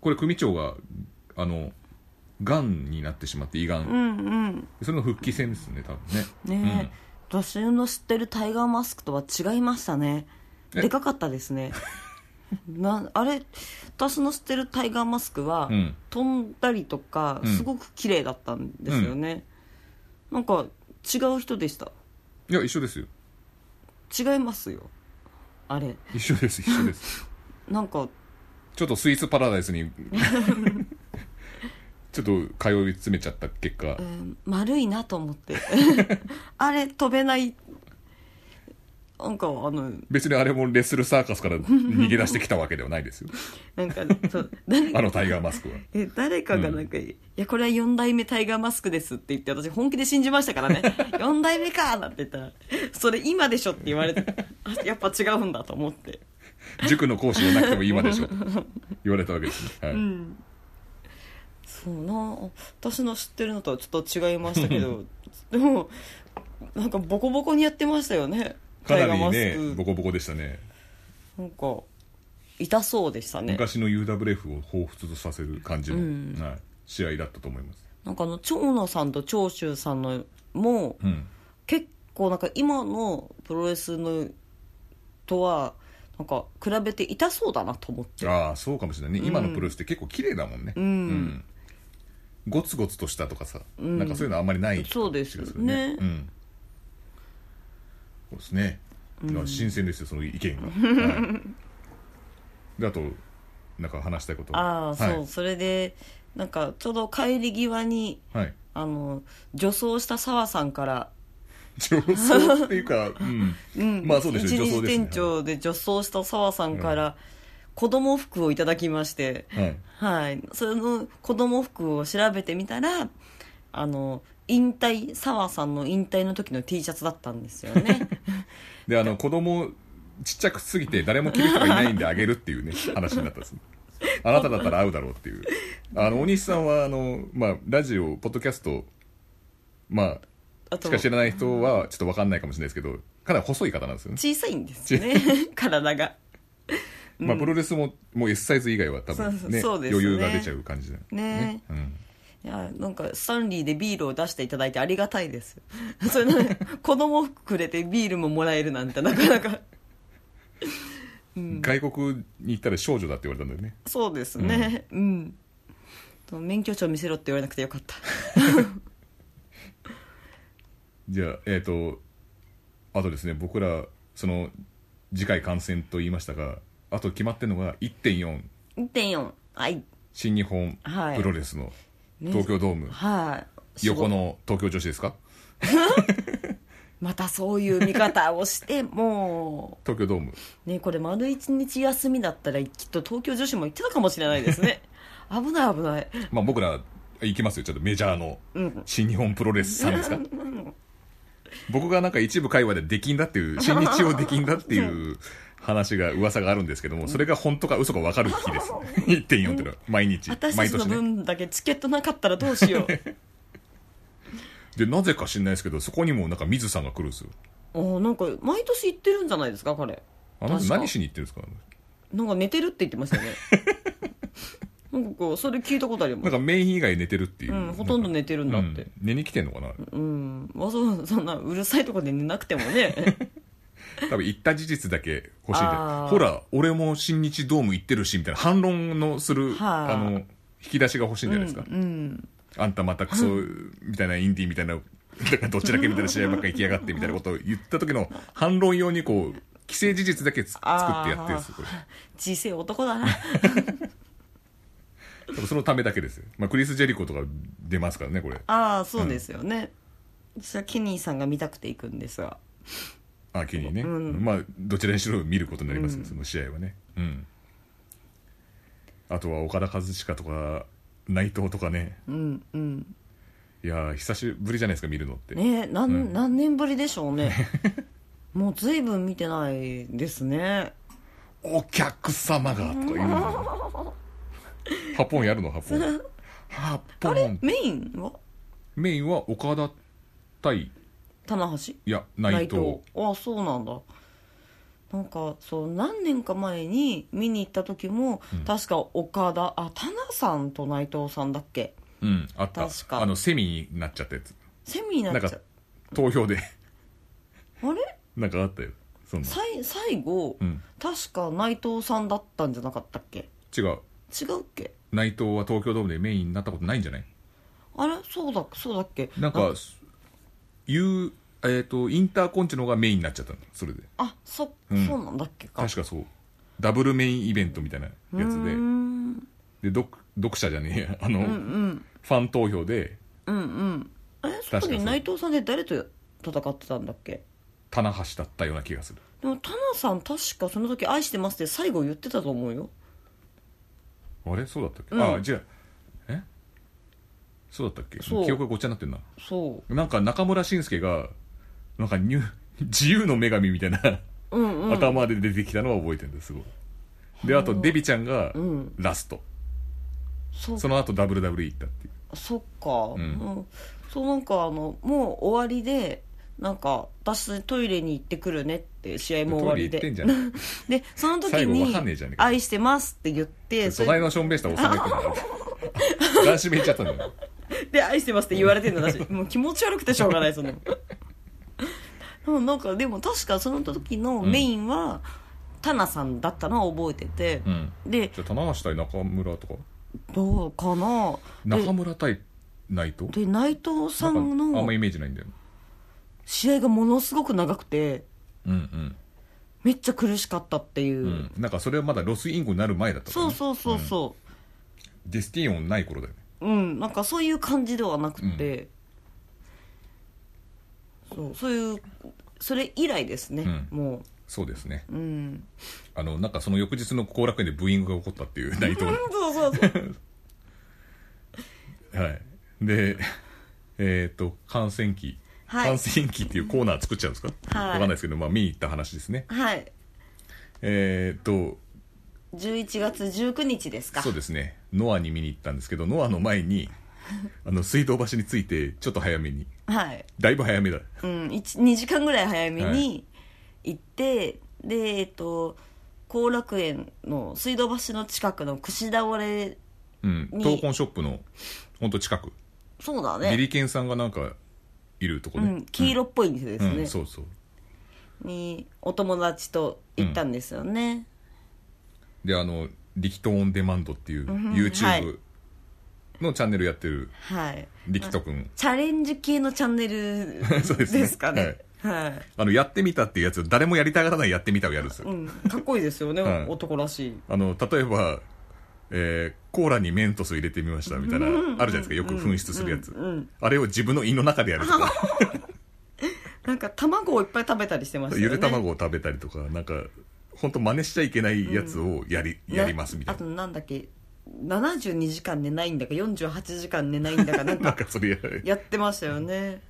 [SPEAKER 1] これ組長があのがんになってしまって胃がん、
[SPEAKER 2] うんうん
[SPEAKER 1] それの復帰戦ですね多分ね
[SPEAKER 2] ねえ、私の知ってるタイガーマスクとは違いましたね
[SPEAKER 1] え
[SPEAKER 2] でかかったです [laughs] ねなあれ私の知ってるタイガーマスクは、
[SPEAKER 1] うん、うん
[SPEAKER 2] 飛んだりとか
[SPEAKER 1] うん
[SPEAKER 2] すごく綺麗だったんですよね、なんか違う人でした
[SPEAKER 1] いや一緒ですよ
[SPEAKER 2] 違いますよあれ
[SPEAKER 1] 一緒です一緒です
[SPEAKER 2] なんか
[SPEAKER 1] ちょっとスイーツパラダイス
[SPEAKER 2] [laughs]
[SPEAKER 1] にちょっと通い詰めちゃった結果
[SPEAKER 2] えー丸いなと思って
[SPEAKER 1] [laughs]
[SPEAKER 2] あれ飛べないなんかあの
[SPEAKER 1] 別にあれもレッスルサーカスから逃げ出してきたわけではないですよ
[SPEAKER 2] なんかそう誰
[SPEAKER 1] あ
[SPEAKER 2] か
[SPEAKER 1] のタイガーマスクは
[SPEAKER 2] え誰かがなんか、いやこれは4代目タイガーマスクです」って言って私本気で信じまし
[SPEAKER 1] [laughs]
[SPEAKER 2] たからね「4代目か!」なんて言ったら「それ今でしょ」って言われてあやっぱ違うんだと思って
[SPEAKER 1] 塾の講師じゃなくても今でしょと言われたわけですね、はい
[SPEAKER 2] そうな私の知ってるのとはちょっと違いましたけどでもなんかボコボコにやってましたよね
[SPEAKER 1] かな
[SPEAKER 2] タイガ
[SPEAKER 1] りね
[SPEAKER 2] ーマス
[SPEAKER 1] ボコボコでしたね
[SPEAKER 2] クなんか痛そうでしたね
[SPEAKER 1] 昔の UWF を彷彿とさせる感じの、
[SPEAKER 2] うん
[SPEAKER 1] はい、試合だったと思います、
[SPEAKER 2] なんかあの長野さんと長州さんのも
[SPEAKER 1] うん、
[SPEAKER 2] 結構なんか今のプロレスのとはなんか比べて痛そうだなと思って
[SPEAKER 1] ああそうかもしれないね今のプロレスって結構綺麗だもんね
[SPEAKER 2] うん
[SPEAKER 1] ゴツゴツとしたとかさ、
[SPEAKER 2] うん
[SPEAKER 1] なんかそういうのあんまりない
[SPEAKER 2] そうですよね
[SPEAKER 1] 気がうん、そうですね、だから新鮮ですよその意見が、はい、であとなんか話したいこと
[SPEAKER 2] ああそう、
[SPEAKER 1] はい
[SPEAKER 2] それでなんかちょうど帰り際に
[SPEAKER 1] はい [laughs]
[SPEAKER 2] あの女装した澤さんから
[SPEAKER 1] 女装っていうか、うん
[SPEAKER 2] うん、
[SPEAKER 1] まあそうです
[SPEAKER 2] 一
[SPEAKER 1] ね女装
[SPEAKER 2] 日
[SPEAKER 1] ですね
[SPEAKER 2] 店長で女装した澤さんから子供服をいただきまして、
[SPEAKER 1] はい、
[SPEAKER 2] はい、その子供服を調べてみたらあの引退澤さんの引退の時の T シャツだったんですよ
[SPEAKER 1] [laughs]
[SPEAKER 2] ね
[SPEAKER 1] であの子供ちっちゃくすぎて誰も着る人がいないんであげるっていうね話になったんですあなただったら合うだろうっていうあの大西さんはあの、まあ、ラジオポッドキャストまあ
[SPEAKER 2] あ
[SPEAKER 1] し
[SPEAKER 2] と
[SPEAKER 1] か知らない人はちょっと分かんないかもしれないですけどかなり細い方なんですよね、
[SPEAKER 2] 小さいんですよね [laughs] 体が
[SPEAKER 1] まあ、プロレスももう S サイズ以外は多
[SPEAKER 2] そ
[SPEAKER 1] 分
[SPEAKER 2] うそ
[SPEAKER 1] ね
[SPEAKER 2] うそうですね
[SPEAKER 1] 余裕が出ちゃう感じだよ
[SPEAKER 2] ね
[SPEAKER 1] うん、
[SPEAKER 2] いやなんかスタンリーでビールを出していただいてありがたいです [laughs] それなのに子供服くれてビールももらえるなんてなかなか
[SPEAKER 1] 外国に行ったら少女だって言われたんだよね
[SPEAKER 2] そうですねうん、と免許証見せろって言われなくてよかった
[SPEAKER 1] じゃあえっ、とあとですね僕らその次回観戦と言いましたがあと決まってるのが1.4
[SPEAKER 2] 1.4はい
[SPEAKER 1] 新日本
[SPEAKER 2] はい
[SPEAKER 1] プロレスの東京ドーム、
[SPEAKER 2] はい
[SPEAKER 1] 横の東京女子ですか
[SPEAKER 2] またそういう見方をしても
[SPEAKER 1] 東京ドーム
[SPEAKER 2] うねこ [laughs] れ丸一日休みだったらきっと東京女子も行ってたかもしれないです
[SPEAKER 1] [laughs]
[SPEAKER 2] ね危ない危ない
[SPEAKER 1] まあ僕ら行きますよちょっとメジャーの
[SPEAKER 2] うん
[SPEAKER 1] 新日本プロレスさんです
[SPEAKER 2] [laughs]
[SPEAKER 1] か僕がなんか一部会話で出禁だっていう新日曜出禁だって
[SPEAKER 2] [laughs]
[SPEAKER 1] いう話が噂があるんですけどもそれが本当か嘘か分かる日です1.4っていうのは毎日
[SPEAKER 2] 私た
[SPEAKER 1] 毎
[SPEAKER 2] ちの
[SPEAKER 1] 年ね
[SPEAKER 2] 分だけチケットなかったらどうしよ [laughs] う
[SPEAKER 1] でなぜか知んないですけどそこにもなんか水さんが来るんですよ
[SPEAKER 2] おーなんか毎年行ってるんじゃないですか彼
[SPEAKER 1] あの人
[SPEAKER 2] 確か
[SPEAKER 1] 何しに行ってるんですか
[SPEAKER 2] なんか寝てるって言って
[SPEAKER 1] [laughs]
[SPEAKER 2] ましたよねなんかこうそれ聞いたことあり
[SPEAKER 1] なん
[SPEAKER 2] ます
[SPEAKER 1] かメイン以外寝てるっていう、
[SPEAKER 2] うんほとんど寝てるんだって
[SPEAKER 1] う寝に来てんのかな
[SPEAKER 2] うんわざわざそんなうるさいとこで寝なくてもね
[SPEAKER 1] 多分行った事実だけ欲しいんだ
[SPEAKER 2] あー
[SPEAKER 1] ほら俺も新日ドーム行ってるしみたいな反論のする
[SPEAKER 2] は
[SPEAKER 1] あ
[SPEAKER 2] あ
[SPEAKER 1] [laughs] の引き出しが欲しいんじゃないですか、
[SPEAKER 2] うん
[SPEAKER 1] あんたまたクソみたいなインディーみたいなだからどちらけみたいな試合ばっかり行きやがってみたいなことを言った時の反論用にこう既成事実だけつ作ってやってるんですよこれ
[SPEAKER 2] 小さい男だな
[SPEAKER 1] 多分そのためだけですよ、まあ、クリス・ジェリコとか出ますからねこれ
[SPEAKER 2] ああそうですよね、私はケニーさんが見たくて行くんですが
[SPEAKER 1] あ気にね、
[SPEAKER 2] うん
[SPEAKER 1] まあどちらにしろ見ることになりますね、
[SPEAKER 2] うん
[SPEAKER 1] その試合はねうんあとは岡田和親とか内藤とかね
[SPEAKER 2] うんうん
[SPEAKER 1] いやー久しぶりじゃないですか見るのって、
[SPEAKER 2] ねなん、
[SPEAKER 1] うん
[SPEAKER 2] 何年ぶりでしょう
[SPEAKER 1] [laughs]
[SPEAKER 2] ねもう随分見てないですね
[SPEAKER 1] お客様がとか言うの
[SPEAKER 2] [laughs]
[SPEAKER 1] ハポンやるのハポンハポン
[SPEAKER 2] メインは
[SPEAKER 1] メインは岡田対
[SPEAKER 2] 棚橋
[SPEAKER 1] いや内藤
[SPEAKER 2] ああそうなんだなんかそう何年か前に見に行った時も、
[SPEAKER 1] うん
[SPEAKER 2] 確か岡田あ棚さんと内藤さんだっけ
[SPEAKER 1] うんあった
[SPEAKER 2] 確か
[SPEAKER 1] あのセミになっちゃったやつ
[SPEAKER 2] セミにな
[SPEAKER 1] なん
[SPEAKER 2] っちゃ
[SPEAKER 1] か
[SPEAKER 2] う
[SPEAKER 1] 投票で
[SPEAKER 2] あれ
[SPEAKER 1] なんかあったよそんな
[SPEAKER 2] さい最後、
[SPEAKER 1] うん
[SPEAKER 2] 確か内藤さんだったんじゃなかったっけ
[SPEAKER 1] 違う
[SPEAKER 2] 違うっけ
[SPEAKER 1] 内藤は東京ドームでメインになったことないんじゃない
[SPEAKER 2] あれそうだそうだっけ
[SPEAKER 1] なんかいうえっ、とインターコンチの方がメインになっちゃったのそれで
[SPEAKER 2] あそ,、
[SPEAKER 1] うん
[SPEAKER 2] そうなんだっけか
[SPEAKER 1] 確かそうダブルメインイベントみたいなや
[SPEAKER 2] う
[SPEAKER 1] つ
[SPEAKER 2] ー
[SPEAKER 1] で
[SPEAKER 2] ん
[SPEAKER 1] で読読者じゃねえや [laughs] あの、
[SPEAKER 2] うんうん
[SPEAKER 1] ファン投票で
[SPEAKER 2] うんうんあれその
[SPEAKER 1] 確か
[SPEAKER 2] 時
[SPEAKER 1] そう
[SPEAKER 2] 内藤さんで誰と戦ってたんだっけ
[SPEAKER 1] 棚橋だったような気がする
[SPEAKER 2] でもタナさん確かその時「愛してます」って最後言ってたと思うよ
[SPEAKER 1] あれそうだったっけ、
[SPEAKER 2] うん
[SPEAKER 1] あじゃあえそうだったっけ
[SPEAKER 2] そう
[SPEAKER 1] 記憶がごっちゃになってんな
[SPEAKER 2] そ
[SPEAKER 1] なんか中村信介がなんかニュ [laughs] 自由の女神みたいな
[SPEAKER 2] ううんうん
[SPEAKER 1] 頭で出てきたのは覚えてるんですすごいであとデビちゃんが
[SPEAKER 2] うん
[SPEAKER 1] ラスト、
[SPEAKER 2] そ
[SPEAKER 1] その後 WWE 行ったっていう
[SPEAKER 2] そっか、
[SPEAKER 1] う
[SPEAKER 2] うんんそうなんかあのもう終わりでなんか私トイレに行ってくるねって試合も終わりで
[SPEAKER 1] トイレ行ってんじゃん
[SPEAKER 2] [laughs] でその時
[SPEAKER 1] 最後わかんねえ
[SPEAKER 2] に
[SPEAKER 1] じゃねえか
[SPEAKER 2] 愛してます」って言ってそ
[SPEAKER 1] 隣
[SPEAKER 2] れ
[SPEAKER 1] のしょんべんしたおっさんが行く
[SPEAKER 2] [laughs]
[SPEAKER 1] んだ男子めいっちゃったんだよ
[SPEAKER 2] で「愛してます」って言われてる [laughs] の私もう気持ち悪くてしょうがないそのうんなんかでも確かその時のメインは、タナさんだったのは覚えてて
[SPEAKER 1] う、ん
[SPEAKER 2] で
[SPEAKER 1] じゃあ棚橋対中村とか
[SPEAKER 2] どうかな
[SPEAKER 1] 中村対内藤
[SPEAKER 2] でで内藤さん
[SPEAKER 1] なんかあんまイ
[SPEAKER 2] の
[SPEAKER 1] メージないんだよ
[SPEAKER 2] 試合がものすごく長くて
[SPEAKER 1] うんうん
[SPEAKER 2] めっちゃ苦しかったっていう、
[SPEAKER 1] うん、なんかそれはまだロスインゴになる前だったから
[SPEAKER 2] そ
[SPEAKER 1] ね
[SPEAKER 2] うそうそうそ
[SPEAKER 1] ディスティーオンない頃だよね
[SPEAKER 2] ううん、なんかそういう感じではなくて、そうそういうそれ以来ですね、
[SPEAKER 1] うん
[SPEAKER 2] も
[SPEAKER 1] そうですね
[SPEAKER 2] ううん
[SPEAKER 1] あのなんかその翌日の後楽園でブーイングが起こったって
[SPEAKER 2] [laughs]
[SPEAKER 1] いう内藤
[SPEAKER 2] [laughs] そうそうそう
[SPEAKER 1] はいでえっ、と感染期、
[SPEAKER 2] はい
[SPEAKER 1] 感染期っていうコーナー作っちゃうんですか、
[SPEAKER 2] はい
[SPEAKER 1] わかんないですけど、まあ、見に行った話ですね
[SPEAKER 2] はい
[SPEAKER 1] えっ、と
[SPEAKER 2] 11月19日ですか
[SPEAKER 1] そうですねノアに見に行ったんですけどノアの前
[SPEAKER 2] [laughs]
[SPEAKER 1] にあの水道橋についてちょっと早めに
[SPEAKER 2] はい、
[SPEAKER 1] だいぶ早めだ
[SPEAKER 2] うん、一2時間ぐらい早め
[SPEAKER 1] は
[SPEAKER 2] に行って、でえっと後楽園の水道橋の近くの串倒れ
[SPEAKER 1] うん
[SPEAKER 2] に
[SPEAKER 1] 闘魂ショップのほんと近く
[SPEAKER 2] そうだ
[SPEAKER 1] ビ
[SPEAKER 2] ね
[SPEAKER 1] リケンさんがなんかいるとこ
[SPEAKER 2] う
[SPEAKER 1] ね、
[SPEAKER 2] ん、黄色っぽい店ですね、
[SPEAKER 1] うん、そうそう
[SPEAKER 2] にお友達と行ったんですよね、
[SPEAKER 1] であの力投オンデマンドっていう
[SPEAKER 2] うんはい
[SPEAKER 1] YouTube のチャンネルやってる
[SPEAKER 2] はい
[SPEAKER 1] 力人くん
[SPEAKER 2] チャレンジ系のチャンネル
[SPEAKER 1] そうですね
[SPEAKER 2] ですかねはい、
[SPEAKER 1] あのやってみたっていうやつ誰もやりたがらないやってみたをやるんですよ、
[SPEAKER 2] うん、かっこいいですよね、
[SPEAKER 1] はい
[SPEAKER 2] 男らしい
[SPEAKER 1] あの例えば、えーコーラにメントス入れてみましたみたいなあるじゃないですかよく噴出するやつ、
[SPEAKER 2] うんうん
[SPEAKER 1] あれを自分の胃の中でやるとか
[SPEAKER 2] なんか卵をいっぱい食べたりしてましたよ
[SPEAKER 1] ゆ
[SPEAKER 2] ね
[SPEAKER 1] で卵を食べたりとかなんか本当真似しちゃいけないやつをやり,、やりますみたい
[SPEAKER 2] あ
[SPEAKER 1] な
[SPEAKER 2] となんだっけ72時間寝ないんだか48時間寝ないんだかな
[SPEAKER 1] [laughs]
[SPEAKER 2] ん
[SPEAKER 1] なん
[SPEAKER 2] か
[SPEAKER 1] かそれやる
[SPEAKER 2] やってましたよね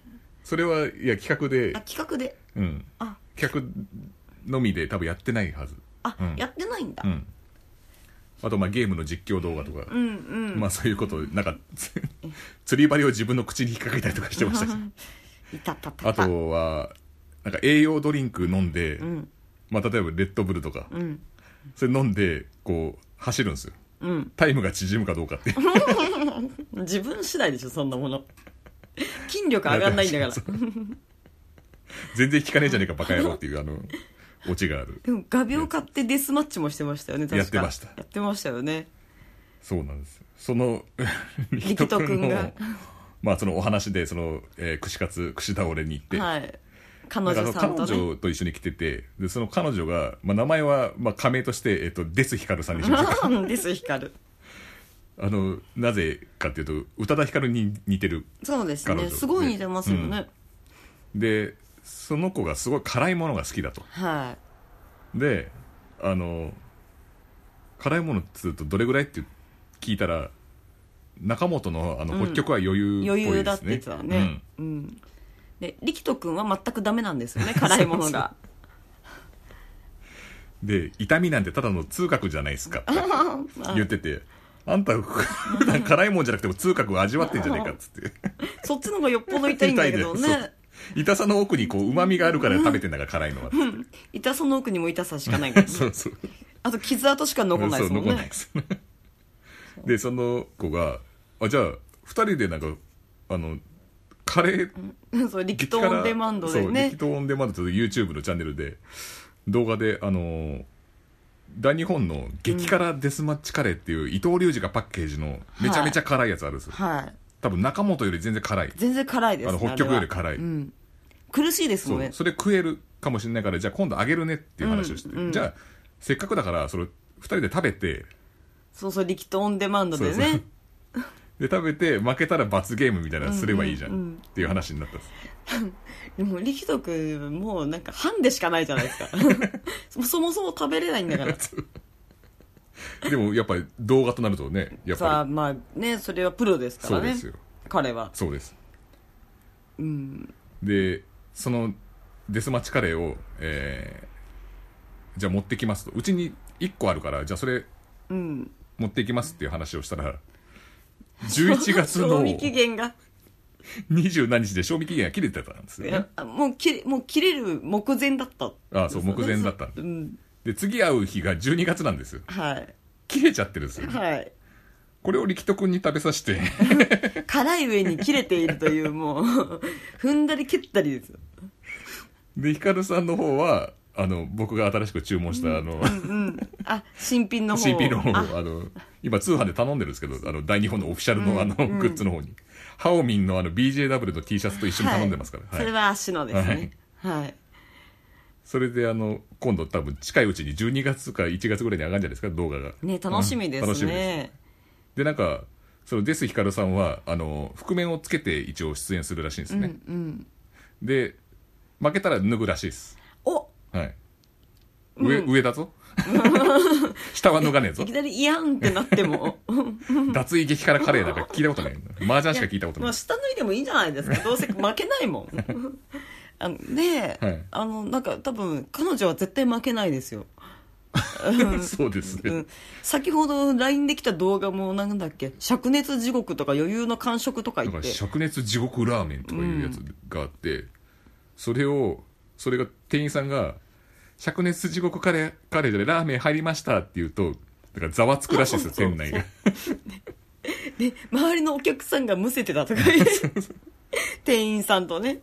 [SPEAKER 1] それはいや企画で
[SPEAKER 2] あ、企画で
[SPEAKER 1] うん、
[SPEAKER 2] あ
[SPEAKER 1] 企画のみで多分やってないはず
[SPEAKER 2] あ、
[SPEAKER 1] うん
[SPEAKER 2] やってないんだ、
[SPEAKER 1] うん、あとまあゲームの実況動画とか、
[SPEAKER 2] うん、うん
[SPEAKER 1] まあそういうことなんか [laughs] つ釣り針を自分の口に引っ掛けたりとかしてま
[SPEAKER 2] [laughs]
[SPEAKER 1] したし
[SPEAKER 2] いたたた
[SPEAKER 1] あ
[SPEAKER 2] た
[SPEAKER 1] とはなんか栄養ドリンク飲んで、
[SPEAKER 2] うん
[SPEAKER 1] まあ、例えばレッドブルとか、
[SPEAKER 2] うん
[SPEAKER 1] それ飲んでこう走るんですよ
[SPEAKER 2] うん
[SPEAKER 1] タイムが縮むかどうかっていう
[SPEAKER 2] 自分次第でしょそんなもの筋力上がんないんだか
[SPEAKER 1] [laughs]
[SPEAKER 2] ら
[SPEAKER 1] そう全然効かねえじゃねえかバカ野郎っていうあのオチがある
[SPEAKER 2] でも画鋲買ってデスマッチもしてましたよね確か
[SPEAKER 1] やってました
[SPEAKER 2] やってましたよね [laughs]
[SPEAKER 1] そうなんですその
[SPEAKER 2] 力斗くんが
[SPEAKER 1] 力斗くんのまあそのお話でその、えー串カツ串倒れに行って、
[SPEAKER 2] はい彼
[SPEAKER 1] だか
[SPEAKER 2] 女
[SPEAKER 1] ら
[SPEAKER 2] さんと
[SPEAKER 1] 彼
[SPEAKER 2] ね
[SPEAKER 1] 女と一緒に来ててでその彼女が、まあ、名前は、まあ、仮名として、えっとデスヒカルさんにしました
[SPEAKER 2] [laughs] うんですヒカル
[SPEAKER 1] あのなぜかっていうと宇多田ヒカルに似てる
[SPEAKER 2] そうです
[SPEAKER 1] 彼
[SPEAKER 2] ね
[SPEAKER 1] 女
[SPEAKER 2] すごい似てますよね、
[SPEAKER 1] でその子がすごい辛いものが好きだと
[SPEAKER 2] はい
[SPEAKER 1] であの辛いものっつうとどれぐらいって聞いたら中本のあの北極は余裕っぽいです、ね
[SPEAKER 2] 余裕だって言ってた
[SPEAKER 1] う
[SPEAKER 2] ね
[SPEAKER 1] ん、
[SPEAKER 2] うんで力斗君は全くダメなんで
[SPEAKER 1] [laughs]
[SPEAKER 2] すよね辛いものが
[SPEAKER 1] で痛みなんてただの痛覚じゃないですかって
[SPEAKER 2] あ
[SPEAKER 1] 言っててあんた普段辛いもんじゃなくても痛覚を味わってんじゃねえかっつって
[SPEAKER 2] そっちの方がよっぽど痛いんだけど
[SPEAKER 1] 痛いで
[SPEAKER 2] ね
[SPEAKER 1] そう痛さの奥にこうまみがあるから食べてんだから辛いのは、
[SPEAKER 2] 痛さの奥にも痛さしかないから、ね、
[SPEAKER 1] [laughs] そうそう
[SPEAKER 2] あと傷跡しか残んないですもん
[SPEAKER 1] そう残んない
[SPEAKER 2] ね
[SPEAKER 1] ですでその子があじゃあ2人でなんかあのカレー
[SPEAKER 2] うんそう力
[SPEAKER 1] 激
[SPEAKER 2] 斗
[SPEAKER 1] 辛
[SPEAKER 2] オンデマンドで
[SPEAKER 1] そう
[SPEAKER 2] ね
[SPEAKER 1] 激闘オンデマンドという YouTube のチャンネルで動画であのー大日本の激辛デスマッチカレーっていう伊藤隆二がパッケージのめちゃめちゃ辛いやつあるんですよ、
[SPEAKER 2] はい
[SPEAKER 1] 多分中本より全然辛い
[SPEAKER 2] 全然辛いです、
[SPEAKER 1] あの
[SPEAKER 2] ね、
[SPEAKER 1] 北極
[SPEAKER 2] あれは
[SPEAKER 1] より辛い
[SPEAKER 2] うん、苦しいです
[SPEAKER 1] そ
[SPEAKER 2] もん
[SPEAKER 1] う
[SPEAKER 2] ね
[SPEAKER 1] それ食えるかもしれないからじゃあ今度あげるねっていう話をして、
[SPEAKER 2] うんうん
[SPEAKER 1] じゃあせっかくだからそれ2人で食べて
[SPEAKER 2] そうそう力斗オンデマンドでね
[SPEAKER 1] そうそうで食べて負けたら罰ゲームみたいなのすればいいじゃん,、
[SPEAKER 2] うんうんうん
[SPEAKER 1] っていう話になったんです
[SPEAKER 2] でも力斗君もうなんかハンデしかないじゃないです
[SPEAKER 1] [laughs]
[SPEAKER 2] かもうそもそも食べれないんだから
[SPEAKER 1] でもやっぱり動画となるとねやっ
[SPEAKER 2] さ
[SPEAKER 1] ぱ
[SPEAKER 2] あまあねそれはプロですからね
[SPEAKER 1] そうですよ
[SPEAKER 2] 彼は
[SPEAKER 1] りそうです
[SPEAKER 2] うん
[SPEAKER 1] でそのデスマッチカレーを、えーじゃあ持ってきますとうちに1個あるからじゃあそれ
[SPEAKER 2] うん
[SPEAKER 1] 持ってきますっていう話をしたら11月の
[SPEAKER 2] 賞味期限が
[SPEAKER 1] 20何日で賞味期限が切れてたんですよね
[SPEAKER 2] あもう切れもう切れる目前だった
[SPEAKER 1] あそう目前だったんで
[SPEAKER 2] うん
[SPEAKER 1] で次会う日が12月なんですよ
[SPEAKER 2] はい
[SPEAKER 1] 切れちゃってるんですよ
[SPEAKER 2] はい
[SPEAKER 1] これを力斗君に食べさせて
[SPEAKER 2] 辛い上に切れているというもう踏んだり蹴ったりです
[SPEAKER 1] でヒカルさんの方はあの僕が新しく注文したあの
[SPEAKER 2] うんあ新品の方
[SPEAKER 1] CP の方
[SPEAKER 2] あ
[SPEAKER 1] あの今通販で頼んでるんですけどあの大日本のオフィシャルのあの、グッズの方にハオミンのあの BJW の T シャツと一緒に頼んでますから、
[SPEAKER 2] はい
[SPEAKER 1] はい
[SPEAKER 2] それは足のですねはい
[SPEAKER 1] それであの今度多分近いうちに12月か1月ぐらいに上がるんじゃないですか動画が
[SPEAKER 2] ね楽しみで
[SPEAKER 1] うん楽
[SPEAKER 2] す
[SPEAKER 1] しみで
[SPEAKER 2] ね
[SPEAKER 1] すでなんかそのデスヒカルさんはあの覆面をつけて一応出演するらしいんですね、で負けたら脱ぐらしいです
[SPEAKER 2] お
[SPEAKER 1] はい上,、上だ
[SPEAKER 2] [laughs]
[SPEAKER 1] ぞ下は脱がねえぞ
[SPEAKER 2] いきなり「いやん」ってなっても [laughs]
[SPEAKER 1] 脱衣激辛カレーなんか聞いたことない麻雀しか聞いたこと
[SPEAKER 2] ま
[SPEAKER 1] ない
[SPEAKER 2] あ下脱いでもいいんじゃないですかどうせ負けないもんあのねえ、
[SPEAKER 1] はい
[SPEAKER 2] あのなんか多分彼女は絶対負けないですよ [laughs]
[SPEAKER 1] そうです
[SPEAKER 2] う
[SPEAKER 1] ね
[SPEAKER 2] ん、先ほど LINE できた動画もなんだっけ灼熱地獄とか余裕の完食とか
[SPEAKER 1] だ
[SPEAKER 2] 言
[SPEAKER 1] か
[SPEAKER 2] っ
[SPEAKER 1] ら
[SPEAKER 2] て
[SPEAKER 1] 灼熱地獄ラーメンとかいうやつがあって、それをそれが店員さんが「灼熱地獄カレーカレーじゃないラーメン入りました」って言うとだからざわつくらしいですよ
[SPEAKER 2] [laughs] そうそう
[SPEAKER 1] 店内が
[SPEAKER 2] で周りのお客さんがむせてたとか
[SPEAKER 1] [laughs]
[SPEAKER 2] 言って店員さんとね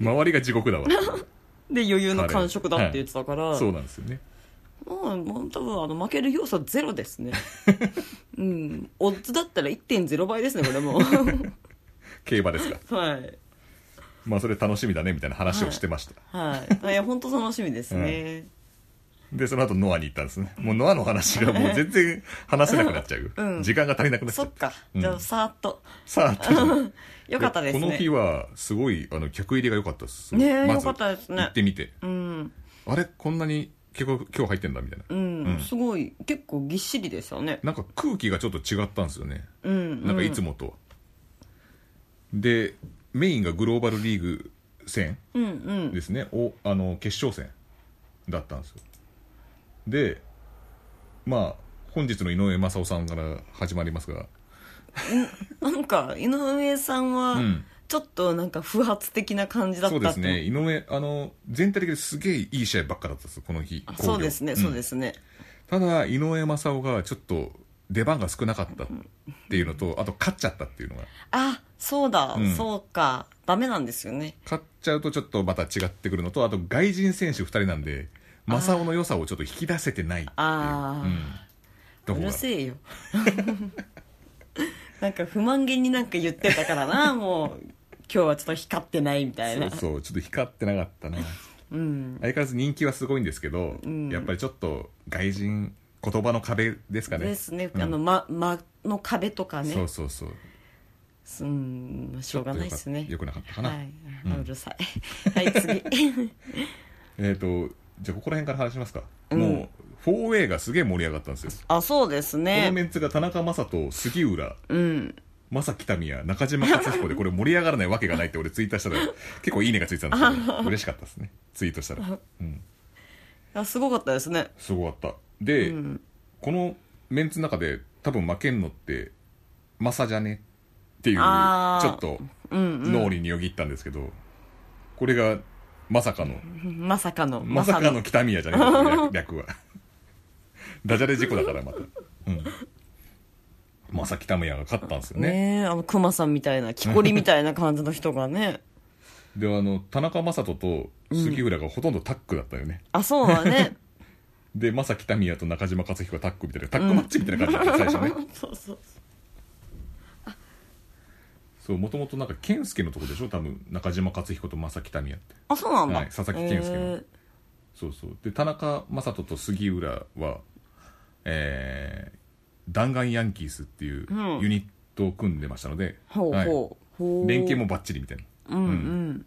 [SPEAKER 1] 周りが地獄だわ
[SPEAKER 2] で余裕の完食だって言ってたから、
[SPEAKER 1] そうなんですよね
[SPEAKER 2] もうもう多分あの負ける要素ゼロで
[SPEAKER 1] [laughs]
[SPEAKER 2] すねうんオッズだったら1.0倍ですねこ
[SPEAKER 1] [laughs]
[SPEAKER 2] れも
[SPEAKER 1] 競馬ですか
[SPEAKER 2] はい
[SPEAKER 1] まあそれ楽しみだねみたいな話をしてました、
[SPEAKER 2] はいいや本当楽しみですね、
[SPEAKER 1] でその後ノアに行ったんですねもうノアの話がもう全然話せなくなっちゃう、
[SPEAKER 2] うん
[SPEAKER 1] 時間が足りなくなっちゃ
[SPEAKER 2] そうっか、
[SPEAKER 1] うん
[SPEAKER 2] じゃあさーっと
[SPEAKER 1] さ
[SPEAKER 2] [laughs]
[SPEAKER 1] あと
[SPEAKER 2] よかったですね
[SPEAKER 1] この日はすごいあの客入りが良かったです
[SPEAKER 2] ねえ
[SPEAKER 1] まず
[SPEAKER 2] 良かったですね
[SPEAKER 1] 行ってみて
[SPEAKER 2] うん
[SPEAKER 1] あれこんなに結構今日入ってんだみたいな、
[SPEAKER 2] うん、
[SPEAKER 1] うん
[SPEAKER 2] すごい結構ぎっしりでしたね
[SPEAKER 1] なんか空気がちょっと違ったんですよね、
[SPEAKER 2] うん、うん、
[SPEAKER 1] なんかいつもとはでメインがグローバルリーグ戦
[SPEAKER 2] うんうん
[SPEAKER 1] ですね、おあの決勝戦だったんですよでまあ本日の井上雅雄さんから始まりますが
[SPEAKER 2] なんか井上さんは
[SPEAKER 1] うん
[SPEAKER 2] ちょっとなんか不発的な感じだった
[SPEAKER 1] そう
[SPEAKER 2] って
[SPEAKER 1] ですね井上あの全体的ですげえいい試合ばっかだったんですこの日
[SPEAKER 2] あそうですね、
[SPEAKER 1] 興行
[SPEAKER 2] そうんですね
[SPEAKER 1] ただ井上雅雄がちょっと出番が少なかったっていうのとあと勝っちゃったっていうのが
[SPEAKER 2] あそうだ、
[SPEAKER 1] うん
[SPEAKER 2] そうかダメなんですよね
[SPEAKER 1] 勝っちゃうとちょっとまた違ってくるのとあと外人選手2人なんで正雄の良さをちょっと引き出せてないっていう、う
[SPEAKER 2] あー
[SPEAKER 1] ん、と
[SPEAKER 2] う
[SPEAKER 1] こが
[SPEAKER 2] るせえよ [laughs] なんか不満げになんか言ってたか
[SPEAKER 1] [laughs]
[SPEAKER 2] らなもう今日はちょっと光ってないみたい
[SPEAKER 1] そう
[SPEAKER 2] な
[SPEAKER 1] そうちょっと光ってなかったな
[SPEAKER 2] うん
[SPEAKER 1] 相変わらず人気はすごいんですけど、
[SPEAKER 2] ん
[SPEAKER 1] やっぱりちょっと外人言葉の壁ですかね
[SPEAKER 2] ですね、
[SPEAKER 1] うん
[SPEAKER 2] あの間、間の壁とかね
[SPEAKER 1] そうそうそう
[SPEAKER 2] すうんまあしょうがないですね
[SPEAKER 1] ちょっとよかったよくなかったかな
[SPEAKER 2] はい、
[SPEAKER 1] うん
[SPEAKER 2] あうるさい [laughs] はい次
[SPEAKER 1] えっ、とじゃあここら辺から話しますか、
[SPEAKER 2] うん
[SPEAKER 1] もう 4A がすげえ盛り上がったんですよ、
[SPEAKER 2] あそうです
[SPEAKER 1] この
[SPEAKER 2] ね
[SPEAKER 1] メンツが田中将人杉浦
[SPEAKER 2] うん
[SPEAKER 1] 正木民也中島克彦でこれ盛り上がらないわけがないって俺ツイッターしたら
[SPEAKER 2] [laughs]
[SPEAKER 1] 結構いいねがついてたんですけど、嬉しかったですねツイートしたら、うん、
[SPEAKER 2] あすごかったですね
[SPEAKER 1] すごかったで、
[SPEAKER 2] うん
[SPEAKER 1] このメンツの中で多分負けんのってマサじゃねっていうちょ
[SPEAKER 2] あー
[SPEAKER 1] っと
[SPEAKER 2] うんうん
[SPEAKER 1] 脳裏によぎったんですけど、これがまさかの
[SPEAKER 2] まさかの
[SPEAKER 1] まさかの北宮じゃねえ
[SPEAKER 2] [laughs]
[SPEAKER 1] 略略はダジャレ事故だからまた、うん、まさ北宮が勝ったんですよね
[SPEAKER 2] ねえあのクマさんみたいな木こりみたいな感じの人がね
[SPEAKER 1] であの田中将人と杉浦がほとんどタッグだったよね、
[SPEAKER 2] [laughs] あそうだね
[SPEAKER 1] で正木民也と中島克彦がタッグみたいなタッグマッチみたいな感じだ
[SPEAKER 2] [laughs]
[SPEAKER 1] った、最初ね
[SPEAKER 2] そうそう
[SPEAKER 1] そうもともとなんか健介のとこでしょ多分中島克彦と正木民也って
[SPEAKER 2] あそうなんだ、
[SPEAKER 1] はい佐々木健介の
[SPEAKER 2] えー
[SPEAKER 1] そうそうで田中将人と杉浦はえー、弾丸ヤンキースっていう
[SPEAKER 2] うん
[SPEAKER 1] ユニットを組んでましたので、
[SPEAKER 2] ほう
[SPEAKER 1] はい
[SPEAKER 2] ほう、ほう
[SPEAKER 1] 連携もバッチリみたいな
[SPEAKER 2] うんうん